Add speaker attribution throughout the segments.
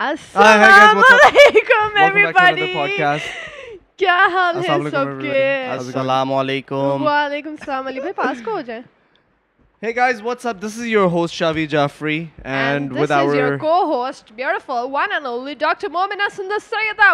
Speaker 1: Hi, hey guys,
Speaker 2: السلام
Speaker 1: what's
Speaker 2: علیکم
Speaker 1: up? Welcome back to another
Speaker 2: every
Speaker 1: podcast.
Speaker 2: کیا حال ہے
Speaker 1: Assalamu alaikum,
Speaker 2: سب
Speaker 1: everybody.
Speaker 2: کے
Speaker 1: How's it going?
Speaker 3: السلام علیکم
Speaker 2: وعلیکم السلام علی بھائی پاس کو ہو جائیں
Speaker 1: Hey guys, what's up? This is your host Shavi Jaffrey, and,
Speaker 2: this
Speaker 1: with
Speaker 2: is your
Speaker 1: our
Speaker 2: co-host beautiful one and only Dr. Momina Sundar Sayyida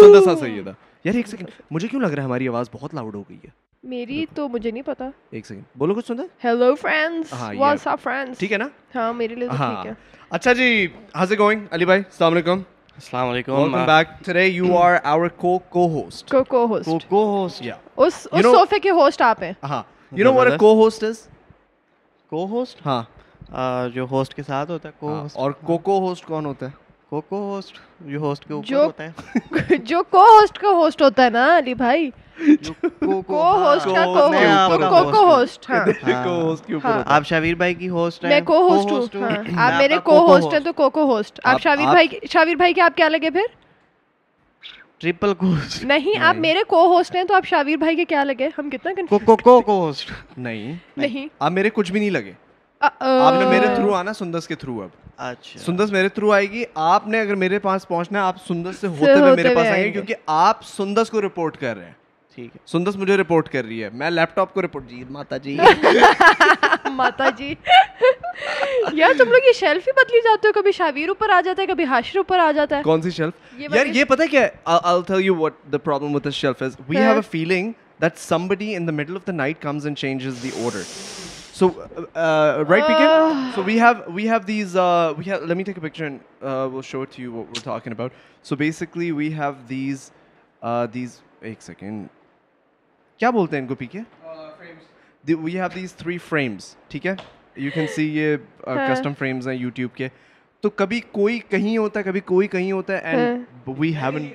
Speaker 1: سندر سا سیدہ یار ایک سیکنڈ مجھے کیوں لگ رہا ہے ہماری آواز بہت لاؤڈ ہو گئی ہے
Speaker 2: میری تو مجھے نہیں پتا
Speaker 1: ایک سیکنڈ بولو کچھ سندر
Speaker 2: ہیلو فرینڈز
Speaker 1: ہاں، یہ-
Speaker 2: واٹس اپ فرینڈز
Speaker 1: ٹھیک ہے نا
Speaker 2: ہاں میرے لیے تو
Speaker 1: ہاں
Speaker 2: ٹھیک ہے
Speaker 1: اچھا جی ہاز گوئنگ علی بھائی السلام علیکم
Speaker 3: السلام علیکم
Speaker 1: welcome back today you
Speaker 2: Hmm.
Speaker 1: Are our co co host
Speaker 2: co co host
Speaker 3: co host
Speaker 1: یا
Speaker 2: اس
Speaker 1: You know-
Speaker 2: صوفے کے ہوسٹ آپ ہیں
Speaker 1: ہاں you know what co host is
Speaker 3: co host
Speaker 1: ہاں
Speaker 3: جو ہوسٹ کے ساتھ ہوتا ہے
Speaker 4: ہاں،
Speaker 3: کو ہوسٹ
Speaker 1: اور کو کو ہوسٹ کون ہوتا ہے
Speaker 3: کو کو ہوسٹ جو ہوسٹ کے اوپر
Speaker 2: جو-
Speaker 3: ہوتا ہے
Speaker 2: جو کو ہوسٹ کا ہوسٹ ہوتا ہے نا علی بھائی کو ہوسٹ کا
Speaker 3: ہاں۔
Speaker 2: کو
Speaker 3: نہیں، آپ
Speaker 2: ہوسٹ
Speaker 3: کا
Speaker 2: کو کو
Speaker 3: host
Speaker 2: ہوسٹ ہاں
Speaker 1: کو ہوسٹ کے اوپر
Speaker 3: آپ شاویر بھائی کی ہوسٹ
Speaker 2: میں کو ہوسٹ ہوں ہاں آپ میرے کو ہوسٹ ہیں تو کو کو ہوسٹ آپ شاویر بھائی شاویر بھائی کے آپ کیا لگے پھر
Speaker 3: ٹرپل کو ہوسٹ
Speaker 2: نہیں آپ میرے کو ہوسٹ ہیں تو آپ شاویر بھائی کے کیا لگے ہم کتنا
Speaker 3: کو کو کو ہوسٹ
Speaker 1: نہیں
Speaker 2: نہیں
Speaker 1: آپ میرے کچھ بھی نہیں لگے آپ نے میرے تھرو آنا سندس کے تھرو اب
Speaker 3: اچھا
Speaker 1: سندس میرے تھرو آئے گی آپ نے اگر میرے پاس پہنچنا ہے آپ سندس سے ہوتے ہوئے میرے پاس آئیں گے کیونکہ آپ سندس کو رپورٹ کر رہے ہیں
Speaker 3: ٹھیک ہے
Speaker 1: سندس مجھے رپورٹ کر رہی ہے میں لیپ ٹاپ کو رپورٹ جی ماتا جی
Speaker 2: ماتا جی یار تم لوگ یہ شیلف ہی بدلی جاتے ہو کبھی شاویر اوپر آ جاتا ہے کبھی ہاشر اوپر آ جاتا ہے
Speaker 1: کون سی شیلف یار یہ پتا کیا ہے feeling that somebody in middle of the night comes and changes the order so right so we have we have these me take picture shoot you talk about so basically we have these these ایک second کیا بولتے ہیں ان کو پی کے we have these three frames ٹھیک ہے you can see یہ
Speaker 2: ہاں.
Speaker 1: کسٹم فریمز ہیں یوٹیوب کے تو کبھی کوئی کہیں ہوتا ہے کبھی کوئی کہیں ہوتا ہے اینڈ
Speaker 2: ہاں.
Speaker 1: وی ہیون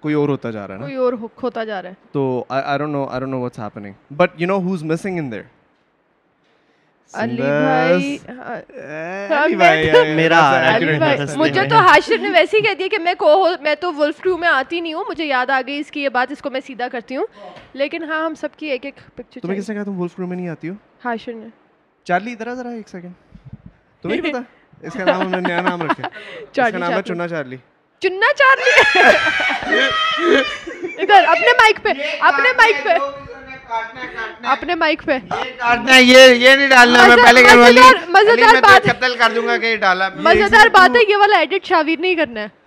Speaker 1: کوئی اور ہوتا جا رہا ہے نا
Speaker 2: کوئی اور ہوتا جا رہا ہے
Speaker 1: تو I don't know I don't know what's happening but you know who's missing in there
Speaker 2: Ali بھائی علی بھائی مجھے تو ہاشر نے ویسے ہی کہہ دیا کہ میں کو میں تو ولف ٹو میں آتی نہیں ہوں مجھے یاد آ گئی اس کی یہ بات اس کو میں سیدھا کرتی ہوں لیکن ہاں ہم سب کی ایک ایک
Speaker 1: تمہیں
Speaker 2: پکچر
Speaker 1: کس نے کہا تم وولف کرو میں نہیں آتی ہو
Speaker 2: ہاشر نے
Speaker 1: چارلی ادھر آ ذرا ایک سیکنڈ تمہیں نہیں پتا اس کا نام ہم نے نیا نام رکھا اس کا نام ہے چنا چارلی
Speaker 2: چننا چارلی ادھر اپنے مائک پہ اپنے مائک پہ اپنے مائک پہ
Speaker 3: یہ یہ نہیں ڈالنا
Speaker 2: اچھا،
Speaker 3: میں پہلے
Speaker 2: مزیدار بات
Speaker 3: قتل کر دوں گا کہ ڈالا
Speaker 2: مزیدار بات ہے یہ والا ایڈٹ شاویر نہیں کرنا ہے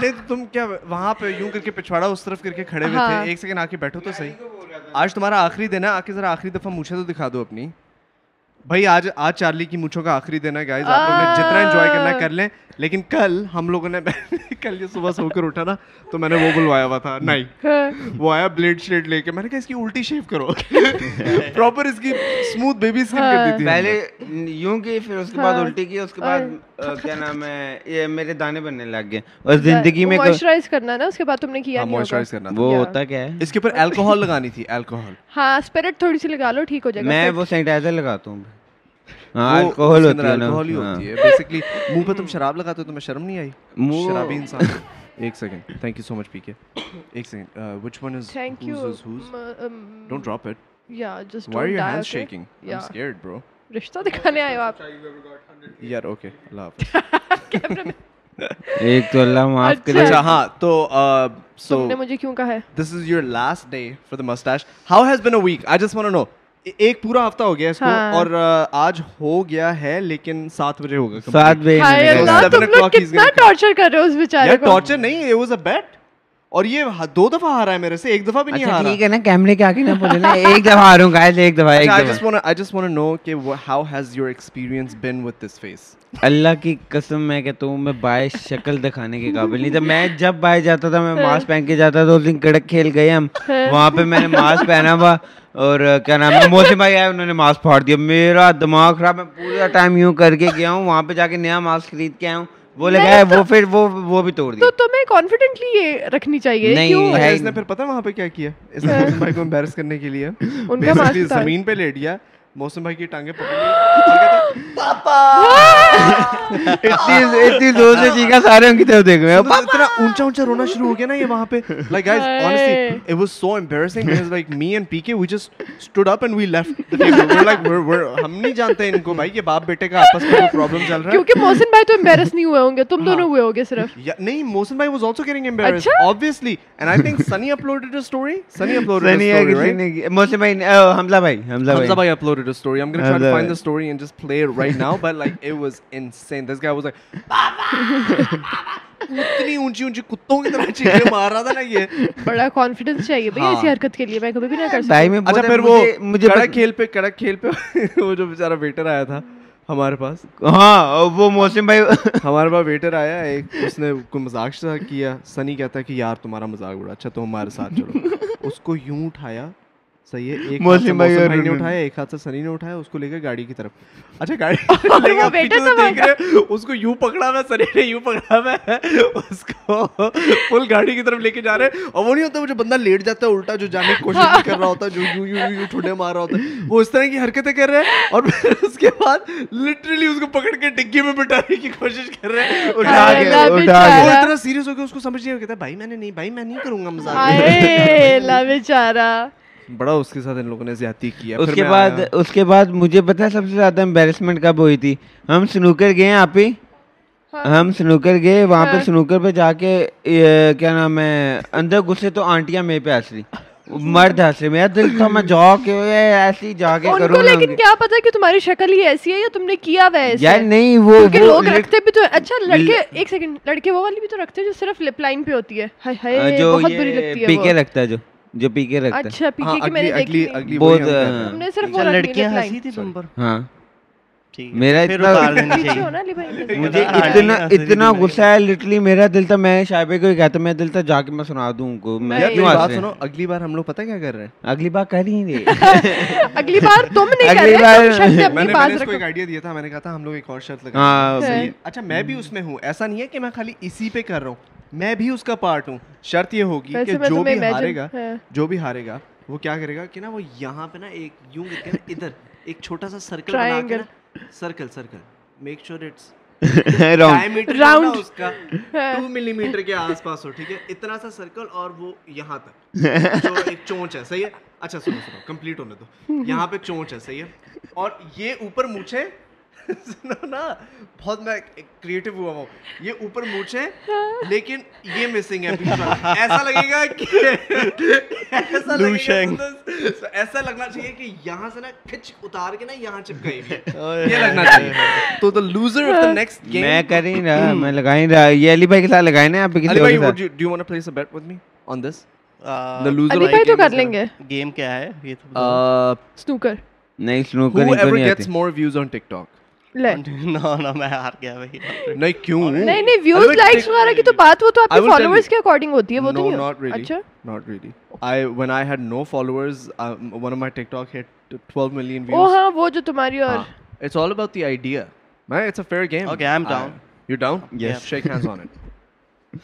Speaker 1: نہیں تو تم کیا وہاں پہ یوں کر کے پچھواڑا اس طرف کر کے کھڑے ہوئے تھے ایک سیکنڈ آ کے بیٹھو تو صحیح آج تمہارا آخری دن ہے آ کے ذرا آخری دفعہ مونچھیں تو دکھا دو اپنی بھائی آج آج چارلی کی مونچھوں کا آخری دن ہے گائز آپ لوگ نے جتنا انجوائے کرنا ہے کر لیں لیکن کل ہم لوگوں نے کل یہ صبح سو کر اٹھا نا تو میں نے وہ بلوایا ہوا تھا نہیں وہ آیا بلیڈ شیڈ لے کے میں نے کہا اس کی الٹی شیو کرو پراپر اس کی اسموتھ بیبی اسکن کر دی تھی
Speaker 4: پہلے یوں کی پھر اس کے
Speaker 2: ہاں۔
Speaker 4: بعد الٹی کی اس کے بعد کیا نام ہے یہ میرے دانے بننے لگ گئے اور زندگی میں
Speaker 2: موئسچرائز کرنا ہے نا اس کے بعد تم نے کیا نہیں ہوگا
Speaker 1: موئسچرائز ہاں، کرنا
Speaker 4: وہ ہوتا کیا ہے
Speaker 1: اس کے اوپر الکوہول لگانی تھی الکوہول
Speaker 2: ہاں اسپرٹ تھوڑی سی لگا لو ٹھیک ہو جائے
Speaker 4: میں
Speaker 2: گا
Speaker 4: وہ سینیٹائزر لگاتا ہوں ہاں الکوہول ہوتی ہے نا ہاں۔
Speaker 1: الکوہل ہی ہوتی ہے بیسکلی منہ پہ تم شراب لگاتے ہو تمہیں شرم نہیں آئی شرابی انسان ایک second thank you so much P K ایک second which one is
Speaker 2: thank you
Speaker 1: don't drop it
Speaker 2: یا just
Speaker 1: why your hand shaking I'm scared bro
Speaker 2: رشتہ دکھانے آئے ہو آپ
Speaker 1: یار اوکے اللہ حافظ
Speaker 4: ایک تو اللہ معاف کرے
Speaker 1: اچھا ہاں تو سو
Speaker 2: تم نے مجھے کیوں کہا ہے
Speaker 1: this is your last day for the mustache how has been a week I just want no ایک پورا ہفتہ ہو گیا اس کو اور آج ہو گیا ہے لیکن سات بجے ہوگا
Speaker 4: ساتھ بھائی
Speaker 2: ہائے اللہ تم لوگ کتنا ٹارچر کر رہے ہو اس بیچارے
Speaker 1: یار
Speaker 2: کو
Speaker 1: ٹارچر نہیں it was a bet اور یہ دو دفعہ ہارا ہے میرے سے ایک دفعہ بھی نہیں
Speaker 4: اچھا
Speaker 1: ہارا
Speaker 4: ٹھیک ہے نا کیمرے کے آگے نہ بولنا ایک دفعہ آ رہا ہوں گائز ایک دفعہ ایک
Speaker 1: I
Speaker 4: دفعہ
Speaker 1: just wanna- I just wanna know کہ wha- how has your experience been with this face?
Speaker 4: اللہ کی قسم میں کہتا ہوں میں بائیں شکل دکھانے کے قابل نہیں تھا میں جب بائیں جاتا تھا میں ماسک پہن کے جاتا تھا اس دن کڑک کھیل گئے ہم وہاں پہ میں نے ماسک پہنا ہوا اور کیا نام ہے محسن بھائی آئے انہوں نے ماسک پھاڑ دیا میرا دماغ خراب میں پورا ٹائم یوں کر کے گیا ہوں وہاں پہ جا کے نیا ماسک خرید کے آیا ہوں وہ لگایا وہ پھر وہ وہ بھی توڑ
Speaker 2: تو
Speaker 4: دیا
Speaker 2: تمہیں کانفیڈنٹلی یہ رکھنی چاہیے
Speaker 4: نہیں
Speaker 1: اچھا
Speaker 4: ہے
Speaker 1: اس نے پھر پتہ ہے وہاں پہ کیا کیا اس نے محسن بھائی کو embarrass کرنے کے لیے
Speaker 2: ان کا
Speaker 1: basically
Speaker 2: ماسک ہاں،
Speaker 1: زمین پہ لیٹ گیا محسن بھائی کی ٹانگیں پکڑ لی اور کہتا
Speaker 4: اتنی اتنی دور سے چیخا سارے ان کی طرف دیکھ رہے ہیں
Speaker 1: اب اتنا اونچا اونچا رونا شروع ہو گیا نا یہ وہاں پہ like guys
Speaker 2: Hey.
Speaker 1: honestly it was so embarrassing because like me and PK we just stood up and we left the table we're like we're, we're ہم نہیں جانتے ان کو بھائی یہ باپ بیٹے کا آپس میں پرابلم چل رہا ہے
Speaker 2: کیونکہ محسن بھائی تو امبیرس نہیں ہوئے ہوں گے
Speaker 4: ہاں۔
Speaker 2: تم دونوں ہوئے ہوگے صرف
Speaker 1: Yeah, نہیں محسن بھائی was also getting embarrassed
Speaker 2: اچھا؟
Speaker 1: obviously and I think Sunny uploaded a story Sunny uploaded a
Speaker 4: سنی ہے
Speaker 1: story
Speaker 4: کسی
Speaker 1: right
Speaker 4: نے کی- محسن بھائی نے- اوہ، حمزہ بھائی حمزہ
Speaker 1: Hamza
Speaker 4: بھائی
Speaker 1: bhai uploaded a story. I'm gonna try to
Speaker 4: Hamza
Speaker 1: find
Speaker 4: bhai.
Speaker 1: the story and just play it right now. But like, it was insane. This guy was like, "Baba, Baba." اتنی اونچی اونچی کتوں کی طرح چیخیں مار رہا تھا نا یہ
Speaker 2: بڑا کانفیڈنس چاہیے بھائی
Speaker 4: ہاں۔
Speaker 2: ایسی حرکت کے لیے میں کبھی بھی نہ کر
Speaker 4: بھائی
Speaker 2: سکتی
Speaker 4: میں
Speaker 1: اچھا
Speaker 4: بہت-
Speaker 1: پھر وہ
Speaker 4: مجھے- مجھے
Speaker 1: کڑک
Speaker 4: پت-
Speaker 1: کھیل پہ کڑک کھیل پہ وہ جو بیچارہ ویٹر آیا تھا ہمارے پاس
Speaker 4: ہاں وہ محسن بھائی
Speaker 1: ہمارے پاس ویٹر آیا ایک اس نے کوئی مذاق سا کیا سنی کہتا ہے کہ یار تمہارا مذاق اڑا اچھا تو ہمارے ساتھ چلو اس کو یوں اٹھایا صحیح ہے ایک ہاتھ سے
Speaker 4: محسن بھائی
Speaker 1: محسن
Speaker 4: اور
Speaker 1: بھائی نے
Speaker 4: انہوں نے۔
Speaker 1: اٹھایا ایک ہاتھ سے سنی نے اٹھایا اس کو لے کے گاڑی کی طرف اچھا گاڑی لے
Speaker 2: وہ
Speaker 1: کے
Speaker 2: بیٹا
Speaker 1: پیچھے سے
Speaker 2: تھا
Speaker 1: دیکھ رہے اس کو یوں پکڑا ہوا ہے، سنی نے یوں پکڑا ہوا ہے اس کو فل گاڑی کی طرف لے کے جا رہے ہیں اور وہ نہیں ہوتا وہ جو بندہ لیٹ جاتا ہے الٹا جو جانے کی کوشش نہیں کر رہا ہوتا ہے، جو یوں یوں یوں یوں ٹھڈے مار رہا ہوتا ہے وہ اس طرح کی حرکتیں کر رہے ہیں اور پھر اس کے بعد لٹرلی اس کو پکڑ کے ڈگی میں بٹانے کی کوشش کر رہے ہیں اور
Speaker 4: اٹھا کے-
Speaker 2: اللہ
Speaker 4: اٹھا کے-
Speaker 1: وہ
Speaker 2: بیچارہ۔
Speaker 1: اتنا سیریس ہو کے اس کو سمجھ نہیں آیا، کہتا ہے بھائی میں نے نہیں بھائی میں نہیں کروں گا مذاق
Speaker 2: آئے لا بیچارہ
Speaker 1: بڑا اس کے ساتھ ان لوگوں نے زیادتی کیا
Speaker 4: اس کے بعد اس کے بعد مجھے پتا ہے سب سے زیادہ امبیرسمنٹ کب ہوئی تھی ہم سنوکر گئے ہیں آپ ہی
Speaker 2: ہاں۔
Speaker 4: ہم سنوکر گئے وہاں پہ سنوکر پہ جا کے یہ کیا نام ہے اندر گھسے تو آنٹیاں میرے پہ ہنس رہی مرد ہنس رہے میرا دل تھا میں جا کے اے، ایسے ہی جا کے
Speaker 2: ان
Speaker 4: کروں
Speaker 2: کو
Speaker 4: نا
Speaker 2: لیکن کیا پتا کہ تمہاری شکل ہی ایسی ہے یا تم نے کیا ہوا ہے
Speaker 4: یار
Speaker 2: ایسے
Speaker 4: نہیں وہ
Speaker 2: کیونکہ
Speaker 4: وہ
Speaker 2: لوگ
Speaker 4: lit-
Speaker 2: رکھتے بھی تو اچھا لڑکے ایک سیکنڈ لڑکے وہ والی بھی تو رکھتے ہیں جو صرف لپ لائن پہ ہوتی ہے ہائے ہائے
Speaker 4: ہاں، جو
Speaker 2: بہت بری
Speaker 4: یہ
Speaker 2: لگتی ہے
Speaker 4: پی کے
Speaker 2: وہ
Speaker 4: رکھتا ہے جو جو پی کے رکھتا ہے
Speaker 2: اچھا پیچھے کی میں نے دیکھی
Speaker 1: ہاں، اگلی
Speaker 2: نہیں۔
Speaker 1: اگلی
Speaker 4: بہت،
Speaker 2: تم نے صرف وہ
Speaker 4: اچھا،
Speaker 2: رکھی
Speaker 3: لڑکیاں
Speaker 2: لپ لائن
Speaker 3: ہنسی تھی تم پر
Speaker 4: ہاں
Speaker 3: ٹھیک
Speaker 4: میرا
Speaker 3: پھر
Speaker 4: اتنا-
Speaker 3: اتار دینی
Speaker 2: پیچھے ہو
Speaker 3: چاہیے
Speaker 2: جی، نا علی بھائی
Speaker 4: مجھے
Speaker 3: آنٹی
Speaker 4: اتنا
Speaker 3: ہنس رہی تھی
Speaker 4: اتنا
Speaker 3: میرے
Speaker 4: غصہ ہے لٹرلی میرا دل تھا میں شائبے کو ہی کہتا میں دل تھا جا کے میں سنا دوں ان کو میں
Speaker 2: یار،
Speaker 4: کیوں
Speaker 1: بات
Speaker 4: ہنس رہے
Speaker 1: سنو
Speaker 4: ہیں؟
Speaker 1: اگلی بار ہم لوگ پتہ کیا کر رہے ہیں
Speaker 4: اگلی بار کر ہی نہیں
Speaker 2: اگلی بار تم نہیں کر
Speaker 4: اگلی
Speaker 2: رہے
Speaker 4: بار-
Speaker 2: تم شرط
Speaker 1: میں
Speaker 2: اپنی
Speaker 1: نے
Speaker 2: پاس
Speaker 1: کو
Speaker 2: رکھو
Speaker 1: ایک آئیڈیا دیا تھا میں نے کہا تھا ہم لوگ ایک اور شرط لگا
Speaker 4: ہاں
Speaker 2: صحیح
Speaker 1: اچھا میں بھی اس میں ہوں ایسا نہیں ہے کہ میں خالی اسی پہ کر رہا ہوں میں بھی اس کا پارٹ ہوں شرط یہ ہوگی کہ
Speaker 2: ویسے میں
Speaker 1: جو
Speaker 2: تمہیں
Speaker 1: بھی ہارے
Speaker 2: امیجن
Speaker 1: گا جو بھی ہارے گا وہ کیا کرے گا کہ نا وہ یہاں پہ نا ایک یوں کر کے نا ادھر ایک چھوٹا سا سرکل بنا کے نا circle circle make sure it's
Speaker 4: wrong
Speaker 2: Round.
Speaker 1: اس کا ٹو ملی میٹر کے آس پاس ہو ٹھیک ہے اتنا سا سرکل اور وہ یہاں تک جو ایک چونچ ہے صحیح ہے اچھا سنو سنو کمپلیٹ ہونے دو یہاں پہ چونچ ہے صحیح ہے اور یہ اوپر مونچھیں سنو نا بہت میں کریٹو ہوا ہوں یہ اوپر مونچھیں لیکن یہ مسنگ ہے بیچ والا۔ ایسا لگے گا کہ ایسا لگے گا مطلب- ایسا لگنا چاہیے کہ یہاں سے نا کھچ اتار کے نا یہاں چپکائی ہوئی ہے۔ یہ لگنا چاہیے تو the loser of the next game
Speaker 4: میں کر ہی رہا میں لگا ہی رہا یہ علی بھائی کے ساتھ لگائے نا آپ
Speaker 1: Ali
Speaker 4: کسی اور
Speaker 1: bhai,
Speaker 4: کے
Speaker 1: would
Speaker 4: ساتھ
Speaker 1: you, do you want to place a bet with me on this? The
Speaker 3: The
Speaker 1: loser
Speaker 2: Ali
Speaker 1: of
Speaker 2: بھائی تو کر لیں گے
Speaker 3: گیم کیا ہے یہ تو بتاؤ۔
Speaker 1: uh,
Speaker 2: سنوکر
Speaker 4: نہیں سنوکر نہیں تو
Speaker 1: whoever
Speaker 4: نہیں
Speaker 1: gets
Speaker 4: آتی
Speaker 1: more views on TikTok.
Speaker 2: لے
Speaker 3: نو نو میں ہار گیا بھائی
Speaker 1: نہیں کیوں
Speaker 2: نہیں نہیں ویوز لائکس وغیرہ کی تو بات وہ تو آپ کے فالوورز کے اکارڈنگ ہوتی ہے وہ تو
Speaker 1: No,
Speaker 2: نہیں
Speaker 1: not really.
Speaker 2: اچھا
Speaker 1: Not really. I when I had no followers, um, one of my TikTok hit to 12 million views.
Speaker 2: او ہاں وہ جو تمہاری اور
Speaker 1: Huh. It's all about the idea. Man, it's a fair game.
Speaker 3: Okay, I'm down.
Speaker 1: I- you're down?
Speaker 4: Yes.
Speaker 1: Shake hands on it.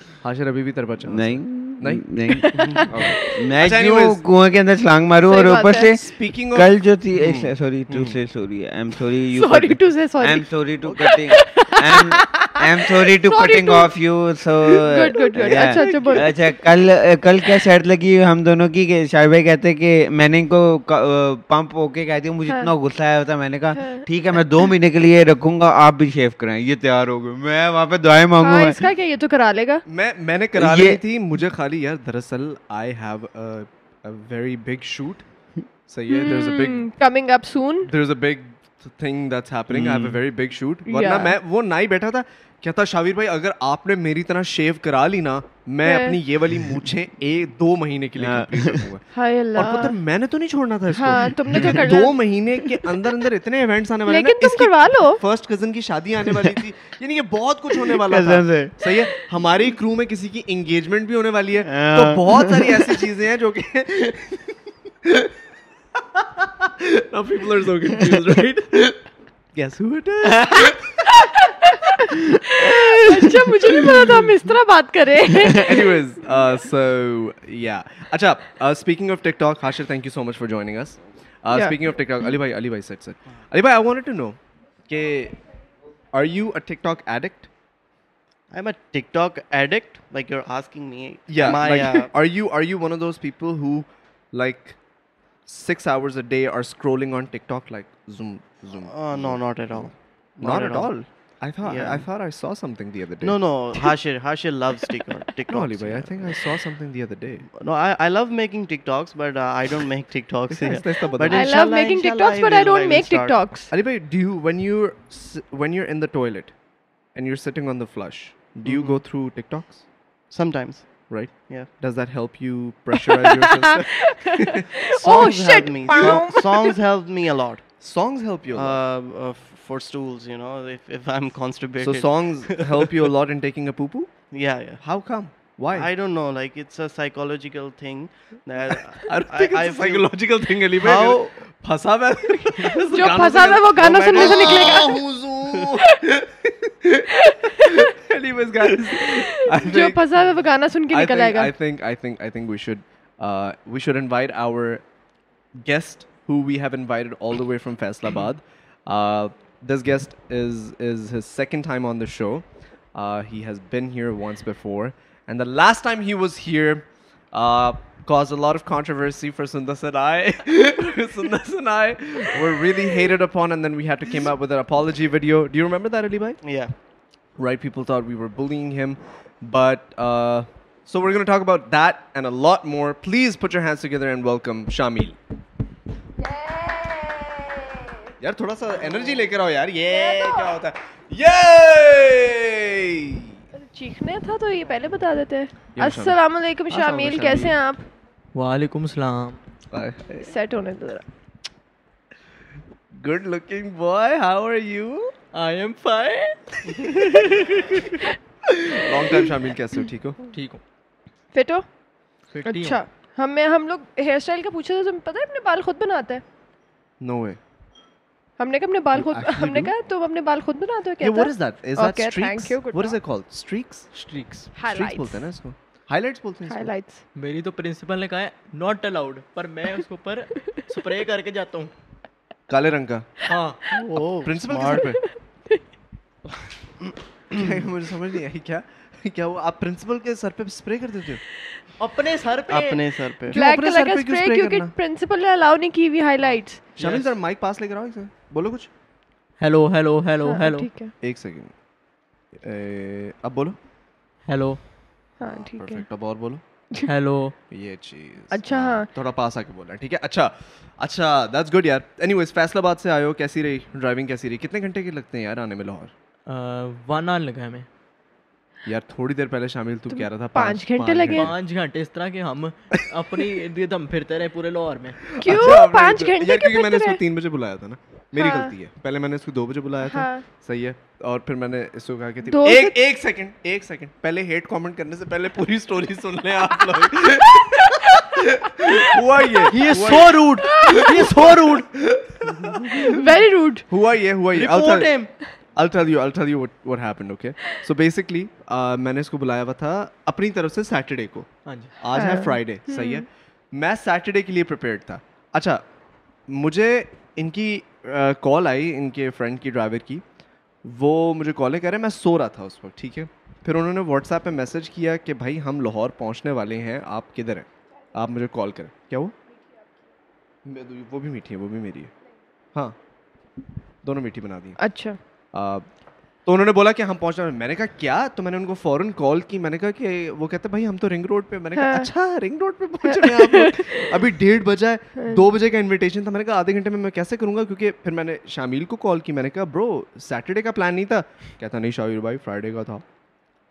Speaker 1: Hashir abhi bhi tarpa chance.
Speaker 4: نہیں
Speaker 1: نہیں؟
Speaker 4: نہیں میں
Speaker 1: اچھا،
Speaker 4: کیوں
Speaker 1: anyways.
Speaker 4: کنویں کے اندر چھلانگ ماروں اور
Speaker 2: صحیح
Speaker 4: اوپر
Speaker 2: بات
Speaker 4: سے
Speaker 2: ہے۔
Speaker 1: Speaking of
Speaker 4: کل جو تھی sorry to say sorry I am sorry you
Speaker 2: sorry to say
Speaker 4: I am
Speaker 2: sorry
Speaker 4: sorry to cutting I am sorry to
Speaker 2: Sorry
Speaker 4: cutting
Speaker 2: to-
Speaker 4: off you so
Speaker 2: Good, good, good. اچھا، اچھا، بولو۔
Speaker 4: اچھا کل کل کیا شرط لگی ہم دونوں کی کہ شاہ بھائی کہتے کہ میں نے ان کو
Speaker 2: uh,
Speaker 4: پمپ ہو کے کہتی ہوں مجھے اتنا غصہ آیا ہوتا میں نے کہا ٹھیک ہے میں دو مہینے کے لیے رکھوں گا آپ بھی شیو کرائیں یہ تیار ہو گئے میں وہاں پہ دعائیں مانگوں
Speaker 1: Oh,
Speaker 2: ہاں اس کا کیا یہ تو کرا لے گا
Speaker 1: میں میں نے کرا لی تھی مجھے خالی یار دراصل I have very big shoot صحیح ہے there's a big
Speaker 2: coming up soon
Speaker 1: there's a big thing that's happening i have a very big shoot ورنہ
Speaker 2: Yeah.
Speaker 1: میں وہ نہ ہی بیٹھا تھا کہتا شاویر بھائی اگر آپ نے میری طرح شیو کرا لی نا میں اپنی یہ والی مونچھیں ایک دو مہینے کے لیے complete رکھوں گا۔
Speaker 2: ہائے
Speaker 1: اور پتر
Speaker 2: اللہ
Speaker 1: میں نے تو نہیں چھوڑنا تھا اس
Speaker 2: ہاں
Speaker 1: کو
Speaker 2: تم نے تو کرنا
Speaker 1: دو مہینے کے اندر اندر اتنے ایونٹس آنے والے
Speaker 2: لیکن تم کروا لو
Speaker 1: فرسٹ کزن کی شادی آنے والی تھی یعنی یہ بہت کچھ ہونے والا تھا صحیح ہے ہماری کرو میں کسی کی انگیجمنٹ بھی ہونے والی ہے تو بہت ساری ایسی چیزیں ہیں جو کہ Now people are so confused, right? Guess who it is?
Speaker 2: اچھا مجھے نہیں پتا تھا ہم اس طرح بات کریں
Speaker 1: Anyways, uh, so yeah. Acha, uh, speaking of TikTok, Hashir, thank you so much for joining us. Uh,
Speaker 2: Yeah.
Speaker 1: Speaking of TikTok, Ali bhai, Ali bhai, sit, sit. Ali bhai, I wanted to know, کہ Are you a TikTok addict?
Speaker 3: I'm a TikTok addict. Like you're asking me.
Speaker 1: Yeah.
Speaker 3: Am I,
Speaker 1: like,
Speaker 3: uh,
Speaker 1: are you are you one of those people who, like, six hours a day are scrolling on TikTok like zoom zoom?
Speaker 3: uh, no, not at all.
Speaker 1: not, at all. I thought
Speaker 3: Yeah.
Speaker 1: I, I thought I saw something the other day.
Speaker 3: No, no. Hashir, Hashir loves TikTok. TikTok.
Speaker 1: no, Ali bhai, I think I saw something the other day.
Speaker 3: No, I, I love making TikToks, but uh, I don't make TikToks.
Speaker 1: Aisa- aisa- aisa badal-
Speaker 3: But
Speaker 2: I love
Speaker 3: inshallah,
Speaker 2: making
Speaker 3: inshallah,
Speaker 2: TikToks,
Speaker 3: I
Speaker 2: but I
Speaker 3: will-
Speaker 2: don't
Speaker 3: I will
Speaker 2: make
Speaker 3: start.
Speaker 2: TikToks.
Speaker 1: Ali bhai, do you when you're s- when you're in the toilet and you're sitting on the flush, do you go through TikToks?
Speaker 3: Sometimes.
Speaker 1: Right?
Speaker 3: Mm-hmm. Yeah.
Speaker 1: Does that help you pressurize yourself?
Speaker 2: Oh
Speaker 3: Songs help
Speaker 2: shit!
Speaker 3: Me.
Speaker 2: Pow.
Speaker 3: So- songs help me a lot.
Speaker 1: Songs help you. A
Speaker 3: Uh,
Speaker 1: lot.
Speaker 3: uh, f- for stools, you know, if, if I'm constipated.
Speaker 1: so songs help you a lot in taking a poo poo.
Speaker 3: Yeah, yeah.
Speaker 1: How come? Why?
Speaker 3: I don't know. Like it's a psychological thing that
Speaker 1: I don't think
Speaker 3: I
Speaker 1: it's a
Speaker 3: feel-
Speaker 1: psychological thing, Ali. bhai.
Speaker 3: How-
Speaker 1: फंसा हुआ है
Speaker 2: जो फंसा हुआ है वो
Speaker 1: Oh,
Speaker 2: गाना सुनने से निकलेगा
Speaker 1: Anyways, guys, I
Speaker 2: जो
Speaker 1: think-
Speaker 2: फंसा हुआ है वो गाना सुन के
Speaker 1: I
Speaker 2: निकल
Speaker 1: think,
Speaker 2: आएगा
Speaker 1: I think I think I think we should uh, we should invite our guest who we have invited all the way from Faisalabad. Uh, this guest is is his second time on the show. Uh, he has been here once before, and the last time he was here uh, caused a lot of controversy for Sundas and I. Sundas and I were really hated upon, and then we had to came up with an apology video. Do you remember that, Ali Bhai?
Speaker 3: yeah.
Speaker 1: right? People thought we were bullying him, but uh, so we're gonna talk about that and a lot more. Please put your hands together and welcome Shamil. यार थोड़ा सा energy लेकर आओ यार ये क्या होता है ये
Speaker 2: चीखने था तो ये पहले बता देते हैं
Speaker 1: शामिल।
Speaker 2: अस्सलाम वालेकुम शामिल
Speaker 1: शामिल।
Speaker 2: कैसे हैं आप
Speaker 5: वालेकुम सलाम
Speaker 2: सेट होने दो जरा
Speaker 1: good looking boy how are you
Speaker 5: I am fine
Speaker 1: long time शामिल कैसे हो ठीक हो
Speaker 5: ठीक हूँ
Speaker 2: फिट हो
Speaker 5: फिफ्टी
Speaker 2: अच्छा हमें हम लोग हेयर स्टाइल का पूछे थे तुम्हें पता है अपने बाल खुद बनाते हैं
Speaker 1: नो वे
Speaker 2: हमने कहा अपने बाल खुद
Speaker 1: actually
Speaker 2: हमने
Speaker 1: do?
Speaker 2: कहा तुम अपने बाल खुद बनाते हो
Speaker 1: ये
Speaker 2: कहता
Speaker 1: what is that is that
Speaker 2: Okay, thank
Speaker 1: streaks
Speaker 2: you, good
Speaker 1: what is
Speaker 2: one.
Speaker 1: It called streaks
Speaker 5: streaks
Speaker 1: streaks बोलते हैं ना इसको हाइलाइट्स बोलते हैं इसको
Speaker 2: हाइलाइट्स
Speaker 5: मेरी तो प्रिंसिपल ने कहा है नॉट अलाउड पर मैं उसके ऊपर स्प्रे करके जाता हूँ
Speaker 1: काले रंग का
Speaker 5: हाँ
Speaker 3: Oh,
Speaker 1: प्रिंसिपल के
Speaker 3: smart.
Speaker 1: सर पे क्या ये मुझे समझ नहीं आई क्या क्या वो आप प्रिंसिपल के सर पे स्प्रे कर देते हो
Speaker 5: अपने सर पे
Speaker 3: अपने सर पे
Speaker 1: क्यों
Speaker 2: ब्लैक
Speaker 1: अपने
Speaker 2: कलर
Speaker 1: सर
Speaker 2: का
Speaker 1: पे क्यों
Speaker 2: स्प्रे
Speaker 1: spray
Speaker 2: क्योंकि
Speaker 1: करना?
Speaker 2: प्रिंसिपल ने अलाउ नहीं की हुई हाइलाइट्स
Speaker 1: शामिल
Speaker 5: Yes.
Speaker 1: सर माइक पास लेकर आओ इसे बोलो कुछ
Speaker 5: हेलो हेलो हेलो
Speaker 1: ہاں،
Speaker 5: हेलो
Speaker 2: ठीक है
Speaker 1: एक सेकंड ए, अब बोलो
Speaker 5: हेलो
Speaker 2: हाँ ठीक है
Speaker 1: परफेक्ट अब और बोलो
Speaker 5: हेलो
Speaker 1: ये चीज
Speaker 2: अच्छा, हाँ।
Speaker 1: थोड़ा पास आके बोलना ठीक है अच्छा अच्छा दैट्स गुड यार एनीवेज फैसलाबाद से आए हो कैसी रही ड्राइविंग कैसी रही कितने घंटे के लगते हैं यार आने में लाहौर
Speaker 5: वन आवर लगा हमें
Speaker 1: यार थोड़ी देर पहले शामिल तू कह रहा था
Speaker 2: पाँच घंटे लगे
Speaker 5: पाँच घंटे इस तरह के हम अपनी इर्द हम फिरते रहे पूरे लाहौर में
Speaker 2: क्यों
Speaker 1: अच्छा, आपने
Speaker 2: पाँच
Speaker 1: दो-
Speaker 2: घंटे क्यों
Speaker 1: यार क्योंकि
Speaker 2: फिरते
Speaker 1: मैंने इसको
Speaker 2: रहे?
Speaker 1: तीन बजे बुलाया था ना मेरी
Speaker 3: ہاں۔
Speaker 2: हाँ।
Speaker 1: गलती है पहले मैंने इसको दो बजे बुलाया था
Speaker 2: हाँ।
Speaker 1: सही है और फिर मैंने इसको कहा कि
Speaker 2: दो
Speaker 1: थी- एक एक सेकंड एक सेकंड पहले हेट कमेंट करने से पहले पूरी स्टोरी सुन लें आप लोग हुआ ये
Speaker 3: ये
Speaker 1: हुआ
Speaker 3: सो रूड ये सो रूड
Speaker 2: वेरी रूड
Speaker 1: हुआ ये हुआ ये I'll
Speaker 3: Report
Speaker 1: tell-
Speaker 3: him.
Speaker 1: I'll tell you I'll tell you what what happened okay so basically uh, मैंने इसको बुलाया हुआ था अपनी तरफ से सैटरडे को
Speaker 5: हाँ जी
Speaker 1: आज है फ्राइडे सही है मैं सैटरडे के लिए प्रिपेयर्ड था अच्छा मुझे इनकी कॉल आई इनके फ्रेंड की ड्राइवर की वो मुझे कॉलें करे मैं सो रहा था उस वक्त ठीक है फिर उन्होंने व्हाट्सएप पे मैसेज किया कि भाई हम लाहौर पहुंचने वाले हैं आप किधर हैं आप मुझे कॉल करें क्या वो मे- वो भी मीठी है वो भी मेरी है हाँ दोनों मीठी बना दी हैं।
Speaker 2: अच्छा
Speaker 1: आ, तो उन्होंने बोला कि हम पहुंचना मैंने कहा क्या तो मैंने उनको फौरन कॉल की मैंने कहा कि वो कहते भाई हम तो रिंग रोड पे मैंने कहा
Speaker 2: हाँ।
Speaker 1: अच्छा रिंग रोड पे पहुंच रहे हैं आप लोग। अभी डेढ़ बजा है दो बजे का इनविटेशन था मैंने कहा आधे घंटे में मैं कैसे करूंगा क्योंकि फिर मैंने शामिल को कॉल की मैंने कहा ब्रो सैटरडे का प्लान नहीं था कहता नहीं शाहिर भाई फ्राइडे का था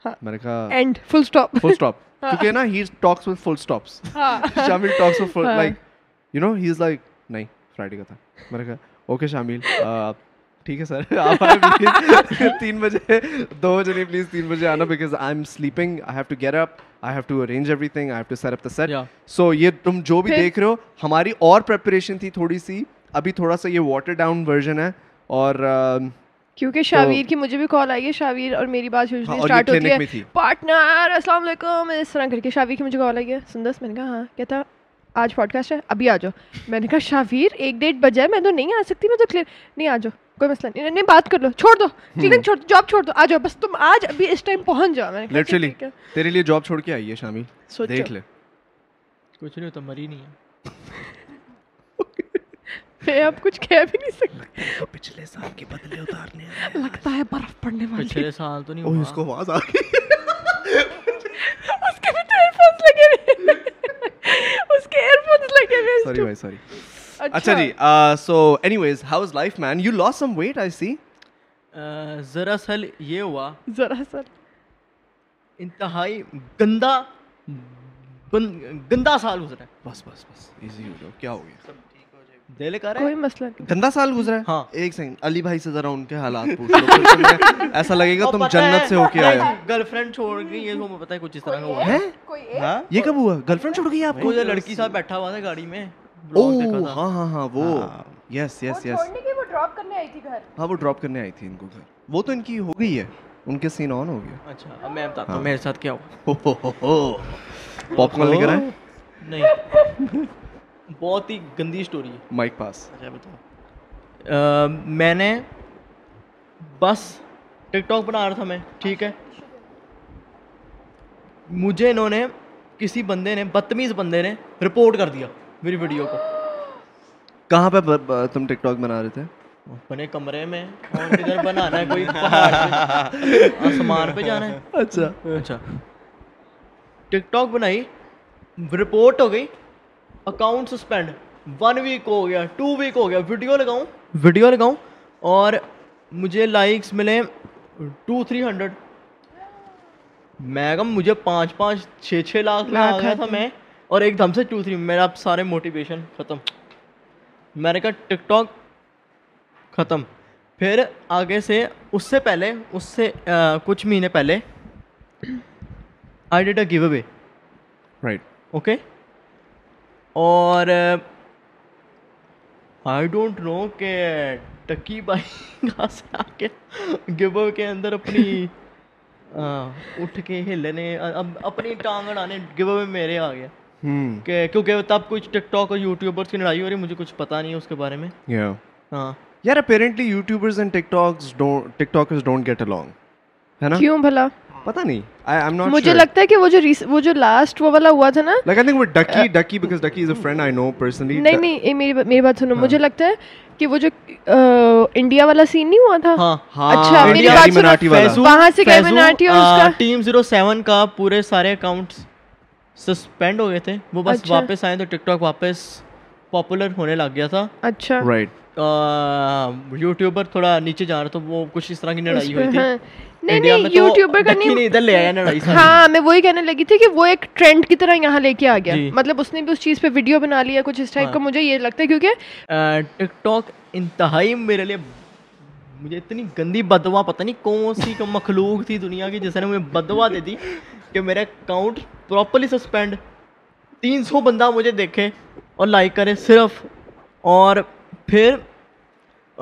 Speaker 2: हाँ।
Speaker 1: मैंने कहा
Speaker 2: and full stop
Speaker 1: full stop क्योंकि ना he talks with full stops शामिल टॉक्स ऑफ
Speaker 2: हाँ।
Speaker 1: Like you know he is like नहीं फ्राइडे का था मैंने कहा ओके शामिल अ, ठीक है सर आप आए प्लीज तीन बजे दो बजे नहीं प्लीज तीन बजे आना because I am sleeping I have to get up I have to arrange everything I have to set up the
Speaker 5: Yeah.
Speaker 1: Set so ये तुम जो भी
Speaker 2: फिर-
Speaker 1: देख रहे हो हमारी और प्रेपरेशन थी थोड़ी सी अभी थोड़ा सा ये वाटर डाउन वर्जन है और uh, अ,
Speaker 2: क्योंकि शावीर की मुझे भी कॉल आई है शावीर और मेरी बात
Speaker 1: हाँ,
Speaker 2: यूजुअली
Speaker 1: और ये
Speaker 2: स्टार्ट होती
Speaker 1: clinic में थी।
Speaker 2: है पार्टनर अस्सलाम वालेकुम इस तरह करके शावीर की मुझे कॉल आई है सुंदर मैंने कहा हाँ कहता आज पॉडकास्ट है अभी आ जाओ मैंने कहा शावीर एक डेढ़ बजे है, मैं तो नहीं आ सकती मैं तो क्लियर नहीं आ जाओ کوئی مسئلہ نہیں نہیں بات کر لو چھوڑ دو کلینک چھوڑ دو جاب چھوڑ دو آ جاؤ بس تم آج ابھی اس ٹائم پہنچ جاؤ میں نے کہا،
Speaker 1: لٹرلی
Speaker 2: ٹھیک ہے۔
Speaker 1: تیرے لیے جاب چھوڑ کے آئی ہے شامی
Speaker 2: سوچو۔
Speaker 1: دیکھ لے
Speaker 5: کچھ نہیں ہوتا مری نہیں ہے
Speaker 2: میں اب کچھ کہہ بھی نہیں سکتی
Speaker 1: پچھلے سال کے بدلے اتارنے
Speaker 2: لگتا ہے برف پڑنے والی ہے
Speaker 5: پچھلے سال تو نہیں
Speaker 1: اوہ
Speaker 5: ہوا
Speaker 1: اس کو آواز آ گئی
Speaker 2: اس کے بھی تو ایئر فونس لگے ہوئے ہیں۔ اس کے ایئر فونس لگے ہوئے ہیں۔
Speaker 1: سوری بھائی سوری اچھا
Speaker 2: اچھا
Speaker 1: جی so anyways how is life man you lost some weight I see
Speaker 5: ah, دراصل یہ ہوا
Speaker 2: ذرا سا
Speaker 5: انتہائی گندا بن- گندا سال گزرا ہے
Speaker 1: بس بس بس ایزی ہو جاؤ کیا ہو گیا
Speaker 5: دل کر رہا ہے
Speaker 2: کوئی مسئلہ نہیں
Speaker 1: گندا سال گزرا ہے
Speaker 5: ہاں۔
Speaker 1: ایک سیکنڈ علی بھائی سے ذرا ان کے حالات پوچھ لو پھر تمہیں ایسا لگے گا مطلب تم جنت سے ہو کے آئے ہو۔
Speaker 5: گرل فرینڈ چھوڑ گئی یہ تو ہمیں پتہ ہے کچھ اس طرح کا ہوا
Speaker 1: ہیں
Speaker 2: کوئی
Speaker 5: ہاں
Speaker 1: یہ کب ہوا گرل فرینڈ چھوڑ گئی آپ کو
Speaker 5: کوئی لڑکی ساتھ بیٹھا ہوا تھا گاڑی میں vlog دیکھا
Speaker 1: اوہ
Speaker 5: تھا
Speaker 1: ہاں ہاں ہاں وہ یس یس یس
Speaker 2: کی وہ ڈراپ کرنے آئی تھی گھر
Speaker 1: ہاں وہ ڈراپ کرنے آئی تھی ان کو گھر وہ تو ان کی ہو گئی ہے ان کے سین آن ہو گیا
Speaker 5: اچھا اب میں بتاتا ہوں میرے ساتھ کیا ہوا
Speaker 1: پاپ کارن لے کر آئے
Speaker 5: نہیں بہت ہی گندی اسٹوری ہے
Speaker 1: مائک پاس
Speaker 5: اچھا بتاؤ میں نے بس ٹک ٹاک بنا رہا تھا میں ٹھیک ہے مجھے انہوں نے کسی بندے نے بدتمیز بندے نے رپورٹ کر دیا میری ویڈیو کو
Speaker 1: کہاں پہ تم ٹک ٹاک بنا رہے تھے
Speaker 5: اپنے کمرے میں اور کدھر بنانا ہے کوئی پہاڑ پہ آسمان پہ جانا ہے
Speaker 1: اچھا
Speaker 5: اچھا ٹک ٹاک بنائی رپورٹ ہو گئی اکاؤنٹ سسپینڈ ون ویک ہو گیا ٹو ویک ہو گیا ویڈیو لگاؤں ویڈیو لگاؤں اور مجھے لائکس ملے ٹو تھری ہنڈریڈ میں کہا مجھے پانچ پانچ چھ چھ لاکھ میں آ گیا تھا میں اور ایک دم سے ٹو تھری میرا اب سارے موٹیویشن ختم میں نے کہا ٹک ٹاک ختم پھر آگے سے اس سے پہلے اس سے آ، کچھ مہینے پہلے I did a giveaway
Speaker 1: right
Speaker 5: okay اور آئی ڈونٹ نو کہ ٹکی بھائی کہاں سے آ کے گیو کے اندر اپنی اٹھ کے ہلنے اپنی ٹانگ اڑانے گیو اوے میرے آ گیا
Speaker 1: ہوں
Speaker 5: کہ کیونکہ تب کچھ ٹک ٹاک اور یوٹیوبرس کی لڑائی ہو رہی مجھے کچھ پتا نہیں ہے اس کے بارے میں
Speaker 1: یا
Speaker 5: ہاں
Speaker 1: یار apparently YouTubers and TikToks TikTokers don't get along ہے نا
Speaker 2: کیوں بھلا
Speaker 1: پتہ نہیں آئی ایم ناٹ
Speaker 2: مجھے لگتا ہے کہ وہ جو وہ جو لاسٹ وہ والا ہوا تھا نا
Speaker 1: لائک آئی تھنک وہ Ducky Ducky because Ducky is a friend I know personally
Speaker 2: نہیں نہیں یہ میری بات- میری بات سنو مجھے لگتا ہے کہ وہ جو آہ، انڈیا والا سین نہیں ہوا تھا
Speaker 5: ہاں
Speaker 2: اچھا میری
Speaker 1: انڈیا
Speaker 2: بات
Speaker 1: کی مناٹی والا۔
Speaker 2: سنو وہاں سے گئے بناٹی اور اس کا
Speaker 5: ٹیم زیرو سیون کا پورے سارے اکاؤنٹس سسپینڈ ہو گئے تھے وہ بس
Speaker 2: اچھا۔
Speaker 5: واپس آئے تو ٹک ٹاک واپس پاپولر ہونے لگ گیا تھا
Speaker 2: اچھا
Speaker 1: رائٹ
Speaker 5: یوٹیوبر تھوڑا نیچے جا رہا تھا وہ کچھ اس طرح کی
Speaker 2: اس
Speaker 5: لڑائی
Speaker 2: پہ-
Speaker 5: ہوئی تھی
Speaker 2: ہاں۔ نہیں نہیں یوٹیوبر کا نہیں
Speaker 5: ادھر لے آیا لڑائی
Speaker 2: ہاں میں وہی کہنے لگی تھی کہ وہ ایک ٹرینڈ کی طرح یہاں لے کے آ گیا
Speaker 5: جی۔
Speaker 2: مطلب اس نے بھی اس چیز پہ ویڈیو بنا لیا کچھ اس ٹائپ کا مجھے یہ لگتا ہے کیونکہ
Speaker 5: ٹک ٹاک انتہائی میرے لیے مجھے اتنی گندی بدوا پتہ نہیں کون سی مخلوق تھی دنیا کی جس نے مجھے بدوا دے دی کہ میرا اکاؤنٹ پراپرلی سسپینڈ تین سو بندہ مجھے دیکھے اور لائک کرے صرف اور پھر